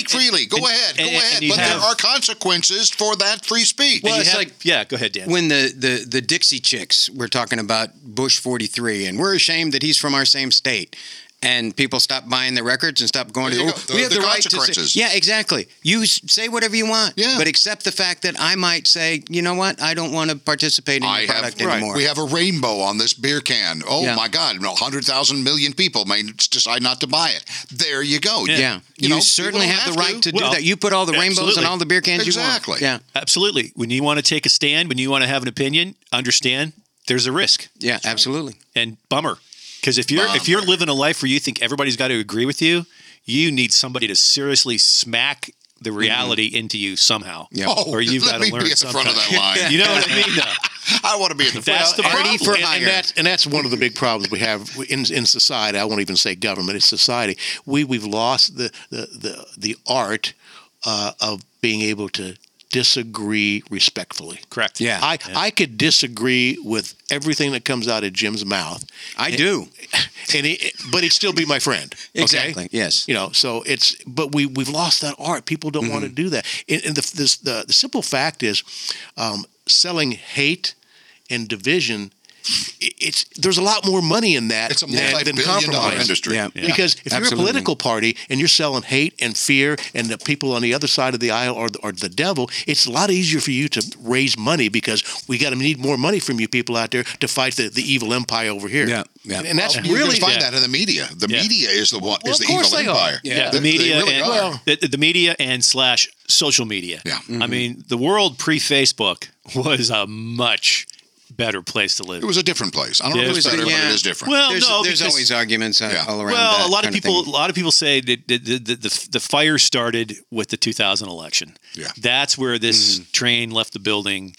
Speaker 2: And- and-
Speaker 5: freely. Go
Speaker 2: and-
Speaker 5: ahead.
Speaker 2: and-
Speaker 5: go ahead.
Speaker 2: and you
Speaker 5: But
Speaker 2: have-
Speaker 5: there are consequences for that free speech.
Speaker 1: Well,
Speaker 2: You
Speaker 1: it's
Speaker 2: have-
Speaker 1: like
Speaker 2: yeah, go ahead, Dan.
Speaker 1: when the, the, the Dixie chicks were talking about Bush 43, and we're ashamed that he's from our same state. And people stop buying the records and stop going
Speaker 5: There you
Speaker 1: to.
Speaker 5: go.
Speaker 1: we
Speaker 5: The-
Speaker 1: have
Speaker 5: the
Speaker 1: the, right to
Speaker 5: consequences.
Speaker 1: say. Yeah, exactly. You s- say whatever you want,
Speaker 5: Yeah.
Speaker 1: but accept the fact that I might say, you know what, I don't want to participate in
Speaker 5: I
Speaker 1: your
Speaker 5: have,
Speaker 1: product anymore.
Speaker 5: we have a rainbow on this beer can. Oh
Speaker 1: Yeah.
Speaker 5: my God! No, hundred thousand million people may decide not to buy it. There you go.
Speaker 1: yeah, you,
Speaker 5: know,
Speaker 1: certainly
Speaker 5: people
Speaker 1: have the
Speaker 5: don't
Speaker 1: right to, do
Speaker 2: Well,
Speaker 1: that. You put all the rainbows
Speaker 2: absolutely.
Speaker 1: and all the beer cans you
Speaker 5: Exactly.
Speaker 1: want. Yeah,
Speaker 2: Absolutely. When you want to take a stand, when you want to have an opinion, understand there's a risk
Speaker 1: yeah, absolutely.
Speaker 2: and bummer. Because if you're if you're living a life where you think everybody's got to agree with you, you need somebody to seriously smack the reality into you somehow.
Speaker 1: Yeah.
Speaker 5: (laughs) Oh,
Speaker 2: or you've
Speaker 5: let
Speaker 2: got
Speaker 5: me
Speaker 2: to learn
Speaker 5: be at the
Speaker 2: something.
Speaker 5: front of that line.
Speaker 2: you know what I mean? Though?
Speaker 5: (laughs) I want to be in the
Speaker 2: That's the
Speaker 5: front.
Speaker 2: party
Speaker 1: Party for
Speaker 3: and,
Speaker 1: hire.
Speaker 3: And that's, and that's one of the big problems we have in, in society. I won't even say government; it's society. We we've lost the the the, the art uh, of being able to disagree respectfully.
Speaker 2: Correct.
Speaker 1: Yeah.
Speaker 3: I, I could disagree with everything that comes out of Jim's mouth,
Speaker 1: I do.
Speaker 3: (laughs) and he, but he'd still be my friend. okay?
Speaker 1: Exactly. Yes.
Speaker 3: You know, so it's but we we've lost that art. People don't want to
Speaker 1: Mm-hmm.
Speaker 3: do that. And, and the, this, the the simple fact is, um, selling hate and division. i- It's there's a lot more money in that
Speaker 5: It's a
Speaker 3: than, than
Speaker 5: multi-billion dollar
Speaker 3: compromise.
Speaker 5: industry.
Speaker 1: Yeah.
Speaker 3: Because if you're a
Speaker 1: Absolutely.
Speaker 3: political party and you're selling hate and fear, and the people on the other side of the aisle are, are the devil, it's a lot easier for you to raise money because we got to need more money from you people out there to fight the, the evil empire over here.
Speaker 1: Yeah, yeah.
Speaker 3: And, and that's
Speaker 5: You
Speaker 3: really
Speaker 5: can find
Speaker 2: Yeah.
Speaker 5: that in the media. The
Speaker 2: Yeah.
Speaker 5: media is the one
Speaker 3: Well,
Speaker 5: is
Speaker 3: of
Speaker 5: the
Speaker 3: course
Speaker 5: evil
Speaker 3: they are.
Speaker 5: empire.
Speaker 1: Yeah.
Speaker 2: yeah, the
Speaker 5: They- they
Speaker 2: media
Speaker 5: really
Speaker 2: and
Speaker 5: are.
Speaker 2: the, the media and slash social media.
Speaker 5: Yeah.
Speaker 2: I mean, the world pre Facebook was a much better place to live.
Speaker 5: It was a different place. I don't know
Speaker 2: Yeah,
Speaker 5: if it's
Speaker 1: it was-
Speaker 5: better,
Speaker 1: yeah.
Speaker 5: but it is different.
Speaker 2: well,
Speaker 1: there's
Speaker 2: no,
Speaker 1: there's
Speaker 2: because-
Speaker 1: always arguments uh,
Speaker 5: Yeah.
Speaker 1: all around.
Speaker 2: Well,
Speaker 1: that
Speaker 2: a lot of
Speaker 1: kind
Speaker 2: people,
Speaker 1: thing.
Speaker 2: a lot of people say that the the, the, the the fire started with the 2000 election.
Speaker 5: Yeah. Mm-hmm.
Speaker 2: that's where this train left the building,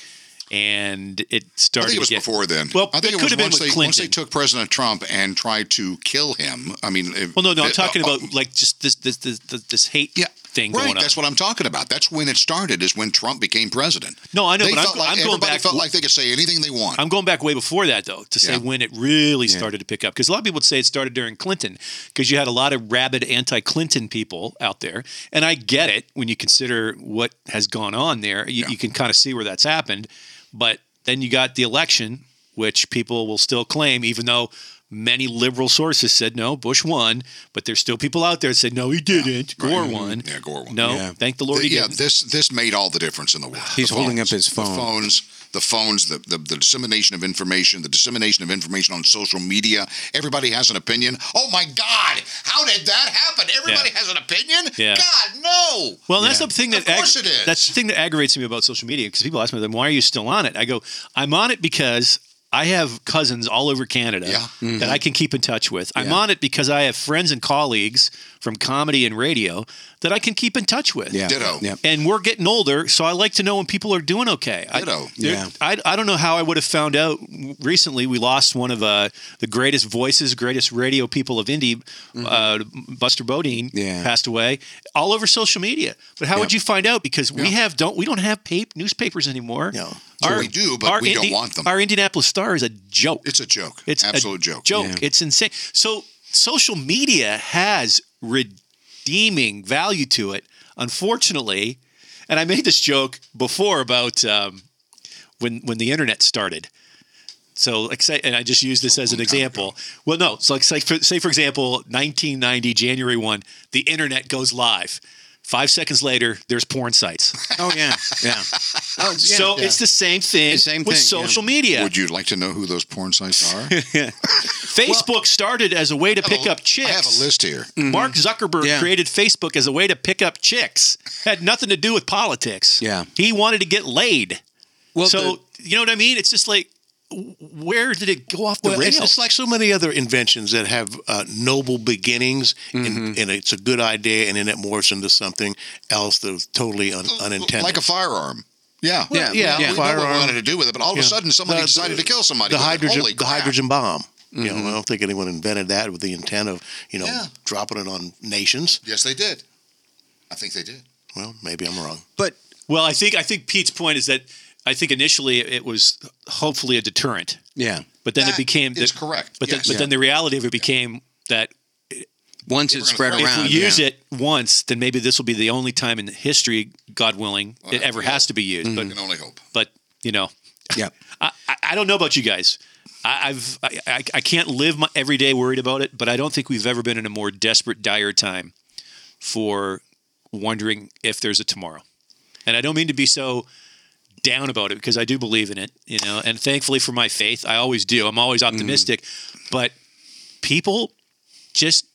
Speaker 2: and it
Speaker 5: I
Speaker 2: started.
Speaker 5: think it was
Speaker 2: to get-
Speaker 5: before then.
Speaker 2: Well,
Speaker 5: I think
Speaker 2: it
Speaker 5: it,
Speaker 2: could
Speaker 5: was
Speaker 2: have been
Speaker 5: once
Speaker 2: with
Speaker 5: they, once they
Speaker 2: Clinton.
Speaker 5: took President Trump and tried to kill him. I mean, if-
Speaker 2: Well, no, no, I'm
Speaker 5: uh,
Speaker 2: talking
Speaker 5: uh,
Speaker 2: about like just this this this this, this hate
Speaker 5: yeah,
Speaker 2: thing
Speaker 5: right.
Speaker 2: going on.
Speaker 5: That's what I'm talking about. That's when it started. Is when Trump became president.
Speaker 2: No, I know,
Speaker 5: They
Speaker 2: but I'm-
Speaker 5: felt like,
Speaker 2: I'm going
Speaker 5: everybody
Speaker 2: back-
Speaker 5: felt like they could say anything they want.
Speaker 2: I'm going back way before that though to say
Speaker 5: Yeah.
Speaker 2: when it really started to pick up because a lot of people would say it started during Clinton because you had a lot of rabid anti-Clinton people out there, and I get it when you consider what has gone on there. You, you can kind of see where that's happened, but then you got the election, which people will still claim, even though many liberal sources said no, Bush won, but there's still people out there that said no, he didn't. Gore won.
Speaker 5: Mm-hmm. Yeah, Gore won.
Speaker 2: No,
Speaker 1: Yeah.
Speaker 2: thank the Lord he
Speaker 5: yeah,
Speaker 2: didn't.
Speaker 5: this this made all the difference in the world.
Speaker 1: He's
Speaker 5: The
Speaker 1: holding up his
Speaker 5: The
Speaker 1: phone.
Speaker 5: phones, the phones, the, the the dissemination of information, the dissemination of information on social media. Everybody has an opinion. Oh my God, how did that happen? Everybody has an opinion.
Speaker 2: Yeah.
Speaker 5: God, no.
Speaker 2: Well, that's the thing that
Speaker 5: Of course it is.
Speaker 2: that's the thing that aggravates me about social media because people ask me, "Then why are you still on it?" I go, "I'm on it because." I have cousins all over Canada
Speaker 5: Yeah.
Speaker 2: that I can keep in touch with. I'm
Speaker 1: Mm-hmm. Yeah.
Speaker 2: on it because I have friends and colleagues from comedy and radio that I can keep in touch with.
Speaker 1: yeah,
Speaker 5: Ditto.
Speaker 1: Yeah.
Speaker 2: And we're getting older, so I like to know when people are doing okay. I-
Speaker 5: Ditto.
Speaker 2: there-
Speaker 1: Yeah.
Speaker 2: I, I don't know how I would have found out. Recently, we lost one of uh, the greatest voices, greatest radio people of Indy,
Speaker 5: Mm-hmm.
Speaker 2: uh, Buster Bodine,
Speaker 1: Yeah.
Speaker 2: passed away all over social media. But how
Speaker 1: Yep.
Speaker 2: would you find out? Because we have don't we don't have pap- newspapers anymore.
Speaker 1: No.
Speaker 5: Sure we do, but we don't want them.
Speaker 2: Our Indianapolis Star is a joke.
Speaker 5: It's a joke.
Speaker 2: It's a
Speaker 5: absolute joke.
Speaker 2: Joke.
Speaker 1: Yeah.
Speaker 2: It's insane. So social media has redeeming value to it. Unfortunately, and I made this joke before about um, when when the internet started. So like say, and I just use this as an example. Well, no, so like say for, say for example, 1990 January one, the internet goes live. Five seconds later, there's porn sites.
Speaker 1: Oh yeah, yeah. (laughs) Oh, yeah.
Speaker 2: so it's the same thing
Speaker 1: The same
Speaker 2: with
Speaker 1: thing, yeah.
Speaker 2: social media.
Speaker 5: Would you like to know who those porn
Speaker 2: (laughs)
Speaker 5: sites are? I
Speaker 2: Facebook started as a way to pick up chicks.
Speaker 5: have a list here.
Speaker 2: Mark Zuckerberg
Speaker 1: Yeah.
Speaker 2: created Facebook as a way to pick up chicks. Had nothing to do with politics.
Speaker 1: Yeah.
Speaker 2: He wanted to get laid.
Speaker 1: well,
Speaker 2: so, you know what I mean? It's just like, w- where did it go off the
Speaker 3: Well, it's,
Speaker 2: rails?
Speaker 3: it's like so many other inventions that have uh, noble beginnings,
Speaker 1: Mm-hmm.
Speaker 3: and, and it's a good idea, and then it morphs into something else that was totally un- unintended.
Speaker 5: Like a firearm. Yeah.
Speaker 1: Yeah, yeah,
Speaker 5: We know what we
Speaker 3: firearm.
Speaker 5: wanted to do with it, but all of
Speaker 3: Yeah.
Speaker 5: a sudden somebody
Speaker 3: The-
Speaker 5: decided to kill somebody.
Speaker 3: the
Speaker 5: with it.
Speaker 3: hydrogen,
Speaker 5: Holy
Speaker 3: the
Speaker 5: crap.
Speaker 3: hydrogen bomb. You
Speaker 1: Mm-hmm.
Speaker 3: know, I don't think anyone invented that with the intent of you know
Speaker 5: Yeah.
Speaker 3: dropping it on nations.
Speaker 5: Yes, they did. I think they did.
Speaker 3: Well, maybe I'm wrong.
Speaker 1: but
Speaker 2: well, I think I think Pete's point is that I think initially it was hopefully a deterrent,
Speaker 1: yeah.
Speaker 2: but then it
Speaker 5: That
Speaker 2: became
Speaker 5: is correct.
Speaker 2: But,
Speaker 5: Yes.
Speaker 2: then, but then the reality of it became that
Speaker 1: Once it's spread
Speaker 5: gonna-
Speaker 1: around,
Speaker 2: if we use
Speaker 1: yeah.
Speaker 2: it once, then maybe this will be the only time in history, God willing, it ever has to be used.
Speaker 5: I can only hope.
Speaker 2: But but you know,
Speaker 1: yeah.
Speaker 2: I, I- I don't know about you guys. I, I've I, I, I can't live my every day worried about it, but I don't think we've ever been in a more desperate, dire time for wondering if there's a tomorrow. And I don't mean to be so down about it because I do believe in it, you know. And thankfully for my faith, I always do. I'm always optimistic, but people just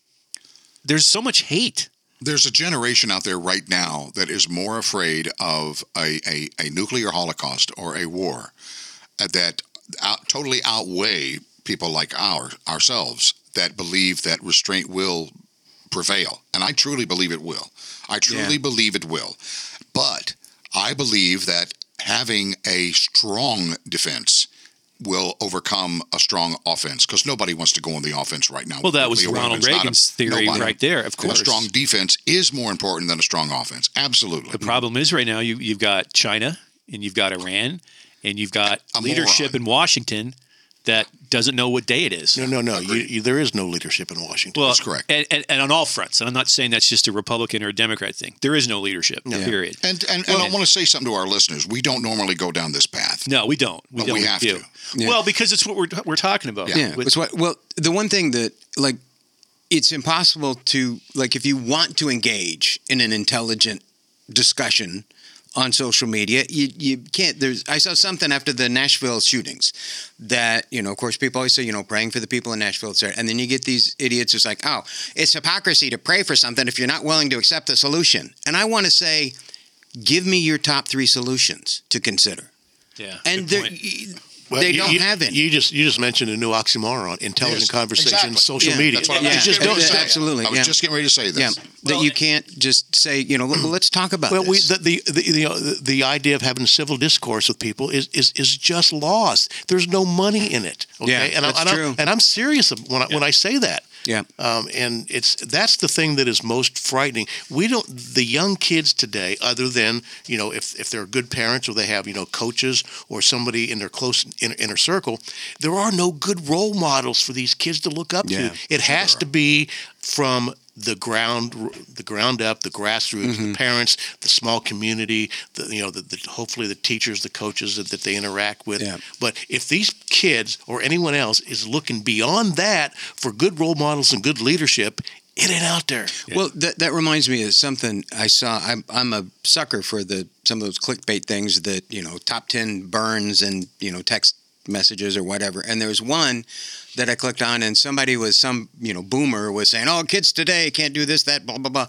Speaker 2: there's so much hate.
Speaker 5: There's a generation out there right now that is more afraid of a, a, a nuclear holocaust or a war uh, that out, totally outweigh people like our ourselves that believe that restraint will prevail. And I truly believe it will. I truly
Speaker 1: Yeah.
Speaker 5: believe it will. But I believe that having a strong defense will overcome a strong offense because nobody wants to go on the offense right now.
Speaker 2: Well, that was
Speaker 5: Nuclear
Speaker 2: Ronald
Speaker 5: weapons, not a-
Speaker 2: Reagan's theory
Speaker 5: nobody.
Speaker 2: right there. Of course,
Speaker 5: A strong defense is more important than a strong offense. Absolutely.
Speaker 2: problem is right now you, you've got China and you've got Iran and you've got
Speaker 5: A
Speaker 2: leadership
Speaker 5: moron.
Speaker 2: in Washington that doesn't know what day it is.
Speaker 3: No, no, no. You, you, there is no leadership in Washington.
Speaker 2: well,
Speaker 5: that's correct.
Speaker 2: And, and, and on all fronts. And I'm not saying that's just a Republican or a Democrat thing. There is no leadership, period.
Speaker 5: And and, and I want to say something to our listeners. We don't normally go down this path.
Speaker 2: no, we don't. We
Speaker 5: But
Speaker 2: don't.
Speaker 5: we have
Speaker 2: do.
Speaker 5: to.
Speaker 2: Well, because it's what we're, we're talking about.
Speaker 1: Yeah.
Speaker 2: With-
Speaker 1: it's what, well, the one thing that like it's impossible to like if you want to engage in an intelligent discussion on social media, you you can't. There's I saw something after the Nashville shootings that you know, of course, people always say you know praying for the people in Nashville, etc. And then you get these idiots who's like, oh, it's hypocrisy to pray for something if you're not willing to accept the solution. And I want to say, give me your top three solutions to consider
Speaker 2: yeah.
Speaker 1: and
Speaker 2: good
Speaker 1: there,
Speaker 2: point.
Speaker 1: y-
Speaker 3: Well,
Speaker 1: they
Speaker 3: you-
Speaker 1: don't
Speaker 3: you-
Speaker 1: have any.
Speaker 3: You just you just mentioned a new oxymoron: intelligent
Speaker 5: Yes,
Speaker 3: conversation,
Speaker 5: exactly.
Speaker 3: social
Speaker 1: Yeah,
Speaker 3: media.
Speaker 5: That's what I
Speaker 1: Yeah,
Speaker 5: was just
Speaker 1: yeah,
Speaker 5: going to say.
Speaker 1: absolutely,
Speaker 5: I was
Speaker 1: yeah.
Speaker 5: just getting ready to say
Speaker 1: yeah,
Speaker 5: this.
Speaker 1: that you can't just say, you know, "Well, let's talk about
Speaker 3: Well, we,
Speaker 1: this.
Speaker 3: the, the, the, the, uh, the idea of having civil discourse with people is, is, is just lost. There's no money in it. Okay?
Speaker 1: Yeah,
Speaker 3: and,
Speaker 1: that's
Speaker 3: I, and,
Speaker 1: true.
Speaker 3: I'm, and I'm serious when I, when I say that.
Speaker 1: yeah,
Speaker 3: Um, and it's that's the thing that is most frightening. We don't the young kids today, other than you know, if if they're good parents or they have you know coaches or somebody in their close inner, inner circle, there are no good role models for these kids to look up
Speaker 1: Yeah,
Speaker 3: to. It has to be from the ground the ground up the grassroots the parents the small community the you know the, the hopefully the teachers the coaches that, that they interact with
Speaker 1: Yeah.
Speaker 3: but if these kids or anyone else is looking beyond that for good role models and good leadership, it ain't out there.
Speaker 1: Well, that, that reminds me of something I saw. I'm, I'm a sucker for the some of those clickbait things that you know top ten burns and you know text messages or whatever. And there was one that I clicked on, and somebody was some you know boomer was saying, "Oh, kids today can't do this, that, blah, blah, blah."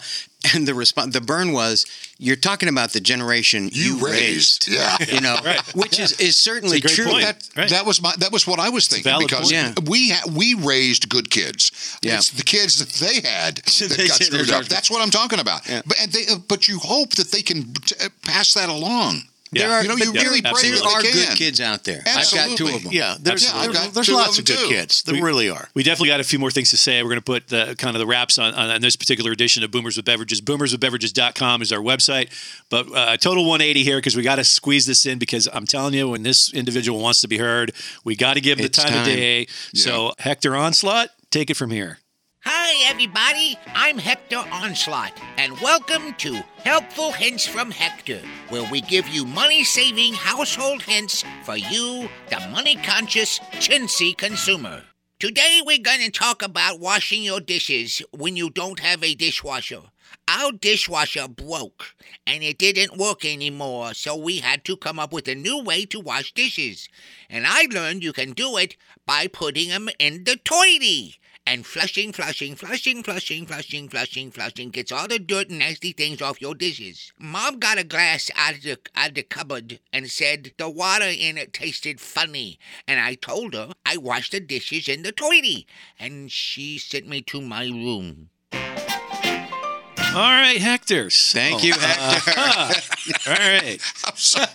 Speaker 1: And the response, the burn was, "You're talking about the generation you,
Speaker 5: You raised. Yeah.
Speaker 1: you know, which is is certainly
Speaker 2: It's a great
Speaker 1: true."
Speaker 2: point.
Speaker 5: That,
Speaker 2: Right.
Speaker 5: that was my that was what I was thinking
Speaker 2: valid
Speaker 5: because
Speaker 2: point.
Speaker 1: Yeah.
Speaker 5: we ha- we raised good kids.
Speaker 1: Yeah.
Speaker 5: It's the kids that they had that
Speaker 1: They
Speaker 5: got
Speaker 1: did.
Speaker 5: screwed up. That's what I'm talking about. But and they, but you hope that they can uh, pass that along.
Speaker 1: There
Speaker 2: Yeah.
Speaker 1: are,
Speaker 5: You know, you
Speaker 1: but there-
Speaker 5: really
Speaker 1: there,
Speaker 5: brave
Speaker 1: are
Speaker 5: they
Speaker 1: good
Speaker 5: can.
Speaker 1: kids out there. I've got two
Speaker 5: Absolutely.
Speaker 1: of them.
Speaker 3: Yeah, there's,
Speaker 5: Yeah, I've got
Speaker 3: there's
Speaker 5: two
Speaker 3: lots
Speaker 5: of
Speaker 3: of
Speaker 5: them
Speaker 3: good
Speaker 5: too.
Speaker 3: kids. There really are.
Speaker 2: We definitely got a few more things to say. We're going to put the kind of the wraps on, on, on this particular edition of Boomers with Beverages. Boomerswithbeverages.com is our website. But uh, total 180 here because we got to squeeze this in because I'm telling you, when this individual wants to be heard, we got to give him
Speaker 1: It's
Speaker 2: the time, of
Speaker 1: time.
Speaker 2: day. So, Hector Onslaught, take it from here.
Speaker 6: Hi, everybody. I'm Hector Onslaught, and welcome to Helpful Hints from Hector, where we give you money saving household hints for you, the money conscious, chintzy consumer. Today, we're going to talk about washing your dishes when you don't have a dishwasher. Our dishwasher broke, and it didn't work anymore, so we had to come up with a new way to wash dishes. And I learned you can do it by putting them in the toilet and flushing, flushing, flushing, flushing, flushing, flushing, flushing gets all the dirt and nasty things off your dishes. Mom got a glass out of the out of the cupboard and said the water in it tasted funny, and I told her I washed the dishes in the toilet, and she sent me to my room.
Speaker 2: All right, Hector. So-
Speaker 1: Thank you, Hector.
Speaker 2: (laughs)
Speaker 1: (laughs)
Speaker 2: All right.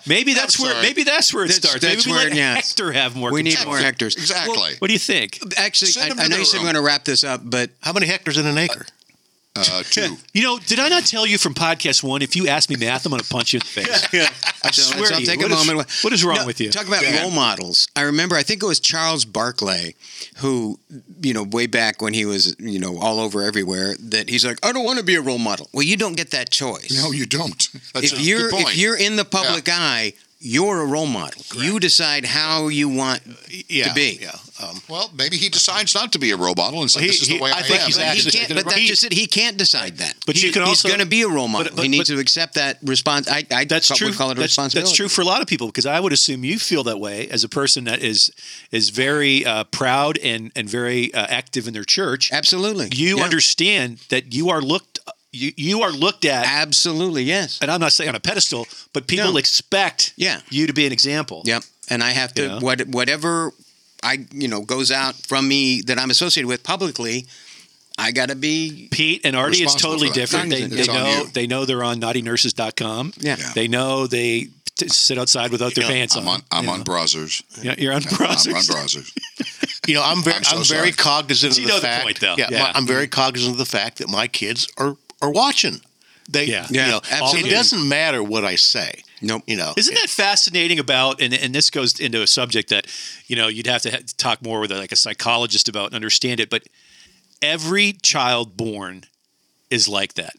Speaker 2: Maybe that's where
Speaker 5: sorry.
Speaker 2: maybe that's where it
Speaker 1: That's-
Speaker 2: starts.
Speaker 1: that's
Speaker 2: maybe we
Speaker 1: where-
Speaker 2: let
Speaker 1: yeah.
Speaker 2: Hector have more.
Speaker 1: we need
Speaker 2: control.
Speaker 1: more Hectors.
Speaker 5: Exactly.
Speaker 2: What do you think?
Speaker 1: Actually,
Speaker 5: Send
Speaker 1: I,
Speaker 5: them
Speaker 1: I
Speaker 5: to
Speaker 1: know
Speaker 5: the
Speaker 1: you said we're
Speaker 5: room.
Speaker 1: going to wrap this up, but
Speaker 3: How many hectares in an acre?
Speaker 5: uh, two.
Speaker 2: You know, did I not tell you from podcast one? If you ask me math, I'm going to punch you in the
Speaker 1: (laughs)
Speaker 2: face. I
Speaker 1: So
Speaker 2: swear
Speaker 1: let's
Speaker 2: to
Speaker 1: all
Speaker 2: you.
Speaker 1: take a
Speaker 2: What is-
Speaker 1: moment.
Speaker 2: what is wrong
Speaker 1: No,
Speaker 2: with you?
Speaker 1: Talk about role models. I remember. I think it was Charles Barkley, who, you know, way back when he was, you know, all over everywhere. That he's like, I don't want to be a role model. Well, you don't get that choice.
Speaker 5: No, you don't. That's
Speaker 1: if
Speaker 5: a
Speaker 1: you're
Speaker 5: good point.
Speaker 1: if you're in the public eye, you're a role model. You decide how you want.
Speaker 3: Yeah,
Speaker 1: To be.
Speaker 3: Yeah. Um,
Speaker 5: well, maybe he decides not to be a role model and say
Speaker 3: He-
Speaker 5: this is
Speaker 3: he-
Speaker 5: the way
Speaker 3: I
Speaker 5: I,
Speaker 3: think
Speaker 5: am.
Speaker 3: he's
Speaker 5: and
Speaker 1: But,
Speaker 5: I'm
Speaker 1: he
Speaker 3: actually
Speaker 1: can't,
Speaker 5: taking it
Speaker 1: but
Speaker 5: right.
Speaker 1: that's just it. He can't decide that.
Speaker 2: But you
Speaker 1: He-
Speaker 2: can
Speaker 1: he's
Speaker 2: also-
Speaker 1: going to be a role model.
Speaker 2: but-
Speaker 1: he needs
Speaker 2: but-
Speaker 1: to accept that response. I, I
Speaker 2: That's
Speaker 1: call,
Speaker 2: true.
Speaker 1: would call it a
Speaker 2: that's,
Speaker 1: responsibility.
Speaker 2: that's true for a lot of people because I would assume you feel that way as a person that is is very uh, proud and and very uh, active in their church.
Speaker 1: Absolutely.
Speaker 2: You
Speaker 1: Yeah.
Speaker 2: understand that you are looked you you are looked at,
Speaker 1: Absolutely. Yes.
Speaker 2: and I'm not saying on a pedestal, but people
Speaker 1: No.
Speaker 2: expect
Speaker 1: Yeah.
Speaker 2: you to be an example.
Speaker 1: Yep. And I have to
Speaker 2: You know?
Speaker 1: what whatever I you know goes out from me that I'm associated with publicly, I got to be
Speaker 2: Pete and Artie, it's
Speaker 5: Responsible
Speaker 2: totally
Speaker 5: for that.
Speaker 2: different. They,
Speaker 5: Cognizant.
Speaker 2: they
Speaker 5: It's on
Speaker 2: know
Speaker 5: you.
Speaker 2: they know they're on naughtynurses.com.
Speaker 1: Yeah. Yeah.
Speaker 2: They know they t- sit outside without their pants
Speaker 5: I'm
Speaker 2: on.
Speaker 5: on, I'm
Speaker 2: you
Speaker 5: on
Speaker 2: know.
Speaker 5: browsers.
Speaker 2: Yeah, You're on browsers.
Speaker 5: I'm on browsers.
Speaker 3: you know, I'm very,
Speaker 5: I'm
Speaker 3: I'm,
Speaker 5: so sorry.
Speaker 3: very cognizant
Speaker 2: You
Speaker 3: of the
Speaker 2: know the
Speaker 3: fact.
Speaker 2: point, though.
Speaker 3: Yeah,
Speaker 2: Yeah.
Speaker 3: my- I'm very cognizant of the fact that my kids are are watching. They,
Speaker 2: Yeah.
Speaker 3: you
Speaker 1: Yeah,
Speaker 3: know,
Speaker 1: absolutely.
Speaker 3: it doesn't matter what I say.
Speaker 1: Nope.
Speaker 3: You know,
Speaker 2: Isn't that fascinating about and and this goes into a subject that you know you'd have to ha- talk more with like a psychologist about and understand it but every child born is like that.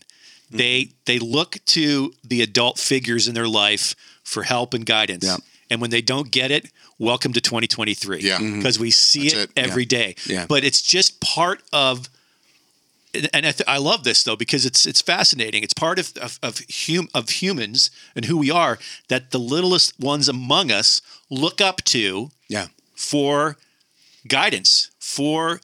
Speaker 5: Mm-hmm.
Speaker 2: They they look to the adult figures in their life for help and guidance.
Speaker 1: Yeah.
Speaker 2: And when they don't get it, welcome to 2023.
Speaker 5: Yeah. Mhm.
Speaker 2: Because we see
Speaker 5: That's
Speaker 2: it,
Speaker 5: it.
Speaker 2: every day.
Speaker 1: Yeah.
Speaker 2: But it's just part of and- and I, th- I love this though because it's it's fascinating. It's part of of of, hum- of humans and who we are that the littlest ones among us look up to
Speaker 1: yeah.
Speaker 2: for guidance, for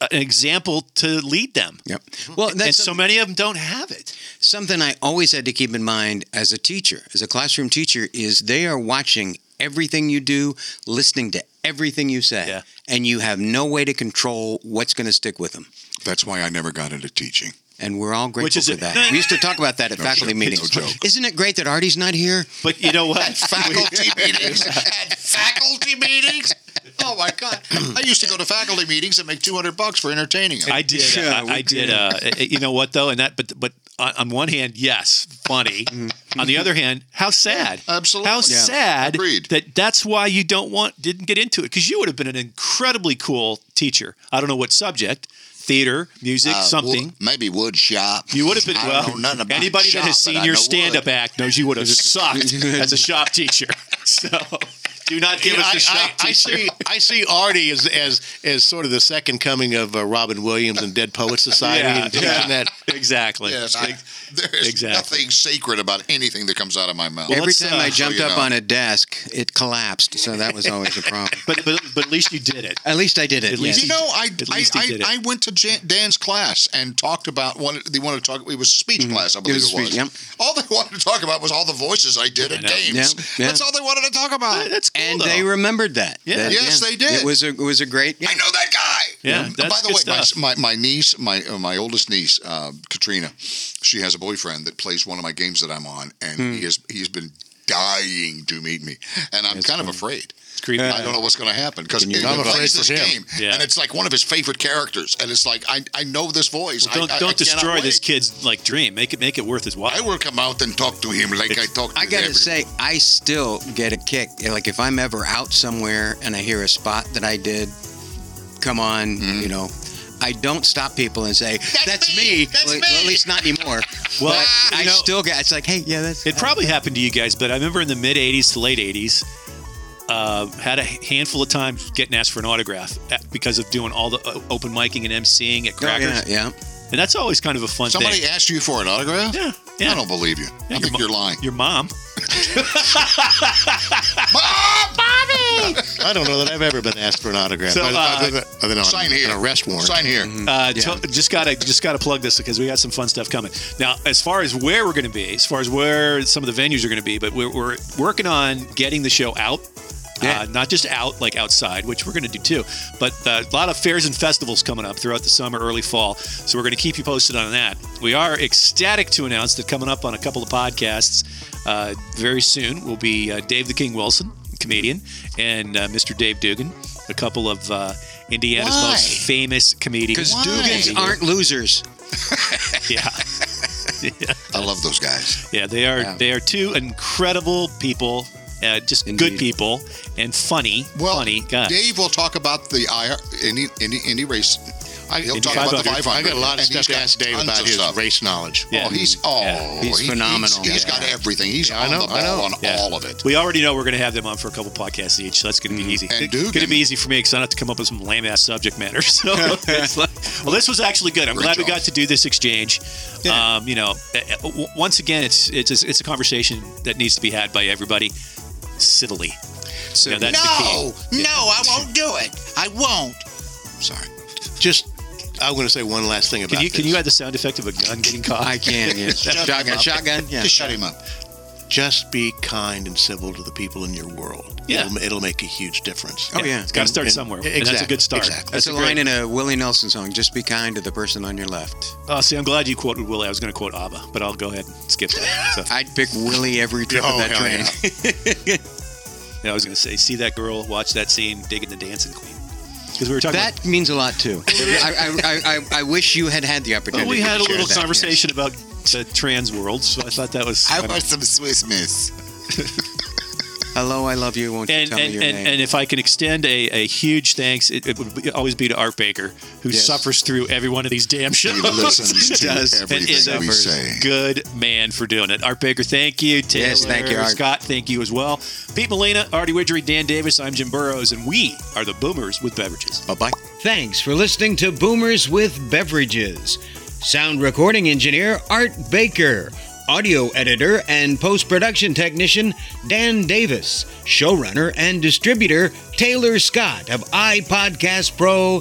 Speaker 2: uh, an example to lead them.
Speaker 1: Yep. Well,
Speaker 2: and
Speaker 1: that's
Speaker 2: so many of them don't have it.
Speaker 1: something I always had to keep in mind as a teacher, as a classroom teacher, is they are watching everything you do, listening to everything you say,
Speaker 2: Yeah.
Speaker 1: and you have no way to control what's going to stick with them.
Speaker 5: That's why I never got into teaching.
Speaker 1: And we're all grateful
Speaker 2: Which is
Speaker 1: for
Speaker 2: a-
Speaker 1: that. We used to talk about that at faculty
Speaker 5: joke,
Speaker 1: meetings.
Speaker 5: no joke.
Speaker 1: Isn't it great that Artie's not here?
Speaker 2: But you know what?
Speaker 1: (laughs)
Speaker 5: faculty (laughs) meetings. At faculty meetings. Oh my God! I used to go to faculty meetings and make two hundred bucks for entertaining them.
Speaker 2: I did.
Speaker 1: Yeah,
Speaker 2: I,
Speaker 1: we
Speaker 2: I did. Uh, you know what though, and that. But but on, on one hand, yes, funny. on the other hand, how sad.
Speaker 5: absolutely.
Speaker 2: How
Speaker 5: Yeah.
Speaker 2: sad
Speaker 5: Agreed.
Speaker 2: that that's why you don't want didn't get into it because you would have been an incredibly cool teacher. I don't know what subject, theater, music,
Speaker 4: Uh,
Speaker 2: something.
Speaker 4: wo- maybe wood shop.
Speaker 2: you would have been
Speaker 4: I
Speaker 2: well.
Speaker 4: Don't know nothing about
Speaker 2: anybody
Speaker 4: shop,
Speaker 2: that has
Speaker 4: but
Speaker 2: seen
Speaker 4: I
Speaker 2: your
Speaker 4: know wood.
Speaker 2: stand-up act knows you would have sucked as a shop teacher. (laughs) So do not give
Speaker 3: You know,
Speaker 2: us the shop
Speaker 3: I, I,
Speaker 2: teacher.
Speaker 3: I see. I see Artie as as as sort of the second coming of uh, Robin Williams and Dead Poets Society
Speaker 2: Yeah,
Speaker 3: and teaching
Speaker 2: yeah.
Speaker 3: (laughs) that.
Speaker 2: Exactly.
Speaker 5: Yes, I, there is
Speaker 2: Exactly.
Speaker 5: nothing sacred about anything that comes out of my mouth.
Speaker 1: Every
Speaker 2: let's,
Speaker 1: time
Speaker 2: uh,
Speaker 1: I jumped
Speaker 5: you
Speaker 1: up
Speaker 5: know.
Speaker 1: on a desk, it collapsed. So that was always a
Speaker 2: (laughs)
Speaker 1: problem.
Speaker 2: But, but but at least you did it.
Speaker 1: At least I did it.
Speaker 2: At least
Speaker 1: yes.
Speaker 5: you know, I
Speaker 2: At
Speaker 5: I,
Speaker 2: least he
Speaker 5: I,
Speaker 2: did it.
Speaker 5: I went to Jan, Dan's class and talked about one. They wanted to talk. It was a speech class, I believe it
Speaker 1: was
Speaker 5: was.
Speaker 1: a speech, yep.
Speaker 5: All they (laughs) wanted to talk about was all the voices I did at
Speaker 2: know.
Speaker 5: games.
Speaker 1: Yeah, yeah.
Speaker 5: That's all they wanted to talk about.
Speaker 2: That's cool.
Speaker 1: and
Speaker 2: though.
Speaker 1: they remembered that.
Speaker 2: Yeah.
Speaker 1: That-
Speaker 5: Yes, they did.
Speaker 1: It was a it was a great. yeah.
Speaker 5: I know that guy.
Speaker 2: Yeah,
Speaker 5: And
Speaker 2: that's
Speaker 5: By the
Speaker 2: good
Speaker 5: way,
Speaker 2: stuff.
Speaker 5: My, my my niece, my uh, my oldest niece, uh, Katrina, she has a boyfriend that plays one of my games that I'm on, and
Speaker 2: Hmm.
Speaker 5: he has he's been dying to meet me, and I'm kind of afraid.
Speaker 2: It's creepy.
Speaker 5: I don't know what's going to happen because he
Speaker 3: I'm afraid
Speaker 5: plays
Speaker 3: for
Speaker 5: this
Speaker 3: him.
Speaker 5: game,
Speaker 2: Yeah.
Speaker 5: and it's like one of his favorite characters, and it's like I, I know this voice. I-
Speaker 2: don't
Speaker 5: I, I,
Speaker 2: don't
Speaker 5: cannot
Speaker 2: destroy this
Speaker 5: wait.
Speaker 2: kid's like dream. Make it make it worth his while.
Speaker 5: I will come out and talk to him like I talk. To
Speaker 1: I gotta
Speaker 5: every-
Speaker 1: say, I still get a kick. Like if I'm ever out somewhere and I hear a spot that I did, come on, you know, I don't stop people and say that's, me. That's me. at least not anymore.
Speaker 2: Well,
Speaker 1: but
Speaker 2: you
Speaker 1: I
Speaker 2: know-
Speaker 1: still get. It's like, hey, yeah, that's.
Speaker 2: It probably happened to you guys, but I remember in the mid '80s to late '80s, uh, had a handful of times getting asked for an autograph at- because of doing all the uh, open miking and emceeing at
Speaker 1: Oh, (laughs)
Speaker 2: Crackers,
Speaker 1: yeah, yeah.
Speaker 2: and that's always kind of a fun
Speaker 5: somebody
Speaker 2: thing.
Speaker 5: asked you for an autograph.
Speaker 2: Yeah, yeah.
Speaker 5: I don't believe you. I
Speaker 2: your
Speaker 5: think
Speaker 2: mo-
Speaker 5: you're
Speaker 2: (laughs)
Speaker 5: lying. Mm.
Speaker 2: Your mom.
Speaker 3: I don't know that I've ever been asked for an autograph.
Speaker 2: So,
Speaker 3: other-
Speaker 2: uh,
Speaker 3: other than- other than
Speaker 5: sign
Speaker 3: an,
Speaker 5: here.
Speaker 3: an arrest warrant.
Speaker 5: Sign here.
Speaker 2: Uh, to- just gotta just gotta plug this because we got some fun stuff coming. Now, as far as where we're gonna be, as far as where some of the venues are gonna be, but we're, we're working on getting the show out.
Speaker 1: Yeah.
Speaker 2: Uh, not just out like outside, which we're going to do too, but uh, a lot of fairs and festivals coming up throughout the summer, early fall. So we're going to keep you posted on that. We are ecstatic to announce that coming up on a couple of podcasts uh, very soon will be uh, Dave the King Wilson, comedian, and uh, Mr. Dave Dugan, a couple of uh, Indiana's
Speaker 4: Why?
Speaker 2: most famous comedians.
Speaker 1: Because Dugans aren't losers.
Speaker 2: Yeah,
Speaker 5: I love those guys.
Speaker 2: yeah, they are. They are two incredible people, uh, just good
Speaker 1: Indeed.
Speaker 2: people, and funny.
Speaker 5: Well,
Speaker 2: funny guys.
Speaker 5: Dave will talk about the IR, Indy, Indy, Indy race. I, He'll
Speaker 2: Indy
Speaker 5: talk about the
Speaker 2: 500.
Speaker 5: 500.
Speaker 3: I got a lot of
Speaker 5: And
Speaker 3: stuff
Speaker 5: he's
Speaker 3: to
Speaker 5: got
Speaker 3: ask Dave
Speaker 5: tons
Speaker 3: about
Speaker 5: of
Speaker 3: his
Speaker 5: stuff.
Speaker 3: race knowledge.
Speaker 2: Yeah.
Speaker 5: Oh, he's oh,
Speaker 2: Yeah.
Speaker 1: He's
Speaker 5: he-
Speaker 1: phenomenal.
Speaker 5: He's, he's
Speaker 1: Yeah.
Speaker 5: got everything. He's
Speaker 3: Yeah, I
Speaker 5: on
Speaker 3: know,
Speaker 5: the
Speaker 3: I
Speaker 5: ball
Speaker 3: know.
Speaker 5: on
Speaker 2: Yeah.
Speaker 5: all of it.
Speaker 2: We already know we're going to have them on for a couple podcasts each, so that's going to be easy.
Speaker 5: And
Speaker 2: It's
Speaker 5: Dugan.
Speaker 2: going to be easy for me because I don't have to come up with some lame ass subject matter. (laughs) So, it's like, well, this was actually good. I'm
Speaker 5: Great
Speaker 2: glad we
Speaker 5: job.
Speaker 2: got to do this exchange. Um, you know, uh, uh, w- once again, it's it's it's a conversation that needs to be had by everybody civilly.
Speaker 1: So
Speaker 2: Yeah, that's the key.
Speaker 4: No, no, I won't do it. I won't.
Speaker 5: Sorry.
Speaker 3: Just, I'm going to say one last thing about
Speaker 2: Can you can
Speaker 3: this.
Speaker 2: you add the sound effect of a gun getting caught?
Speaker 1: I can. (laughs) Yeah. shotgun. Shotgun. Yeah.
Speaker 5: Just shut him up.
Speaker 3: Just be kind and civil to the people in your world.
Speaker 2: Yeah.
Speaker 3: It'll, it'll make a huge difference.
Speaker 1: Oh yeah.
Speaker 2: it's got to start
Speaker 3: And-
Speaker 2: somewhere.
Speaker 3: and-
Speaker 2: and that's a
Speaker 3: exactly,
Speaker 2: good start.
Speaker 3: exactly.
Speaker 1: That's a
Speaker 2: great-
Speaker 1: line in a Willie Nelson song. Just be kind to the person on your left.
Speaker 2: Oh, see, I'm glad you quoted Willie. I was going to quote ABBA, but I'll go ahead and skip that. So,
Speaker 1: I'd pick Willie every trip
Speaker 3: Oh,
Speaker 1: of that
Speaker 3: hell
Speaker 1: train.
Speaker 2: yeah, I was going to say, see that girl, watch that scene, digging the dancing queen. Because we were talking about
Speaker 1: That means a lot too. I, I, I, I wish you had had the opportunity.
Speaker 2: Well, we
Speaker 1: to
Speaker 2: had a
Speaker 1: share
Speaker 2: little
Speaker 1: that, yes.
Speaker 2: conversation about the trans world, so I thought that was.
Speaker 4: I want some Swiss miss.
Speaker 1: Hello, I love you. Won't you
Speaker 2: and
Speaker 1: tell me
Speaker 2: and,
Speaker 1: your
Speaker 2: and,
Speaker 1: name?
Speaker 2: and if I can extend a, a huge thanks, it, it would be, always be to Art Baker, who
Speaker 1: Yes.
Speaker 2: suffers through every one of these damn shows.
Speaker 5: He
Speaker 2: (laughs)
Speaker 5: listens to
Speaker 1: does.
Speaker 2: and is
Speaker 5: everything
Speaker 2: a
Speaker 5: we say.
Speaker 2: good man for doing it. Art Baker, thank you. Taylor,
Speaker 1: Yes, thank you, Art.
Speaker 2: Scott, thank you as well. Pete Molina, Artie Widgery, Dan Davis, I'm Jim Burrows, and we are the Boomers with Beverages.
Speaker 1: Bye bye. Thanks for listening to Boomers with Beverages. Sound recording engineer Art Baker. Audio editor and post production technician Dan Davis. Showrunner and distributor Taylor Scott of iPodcastPro.com.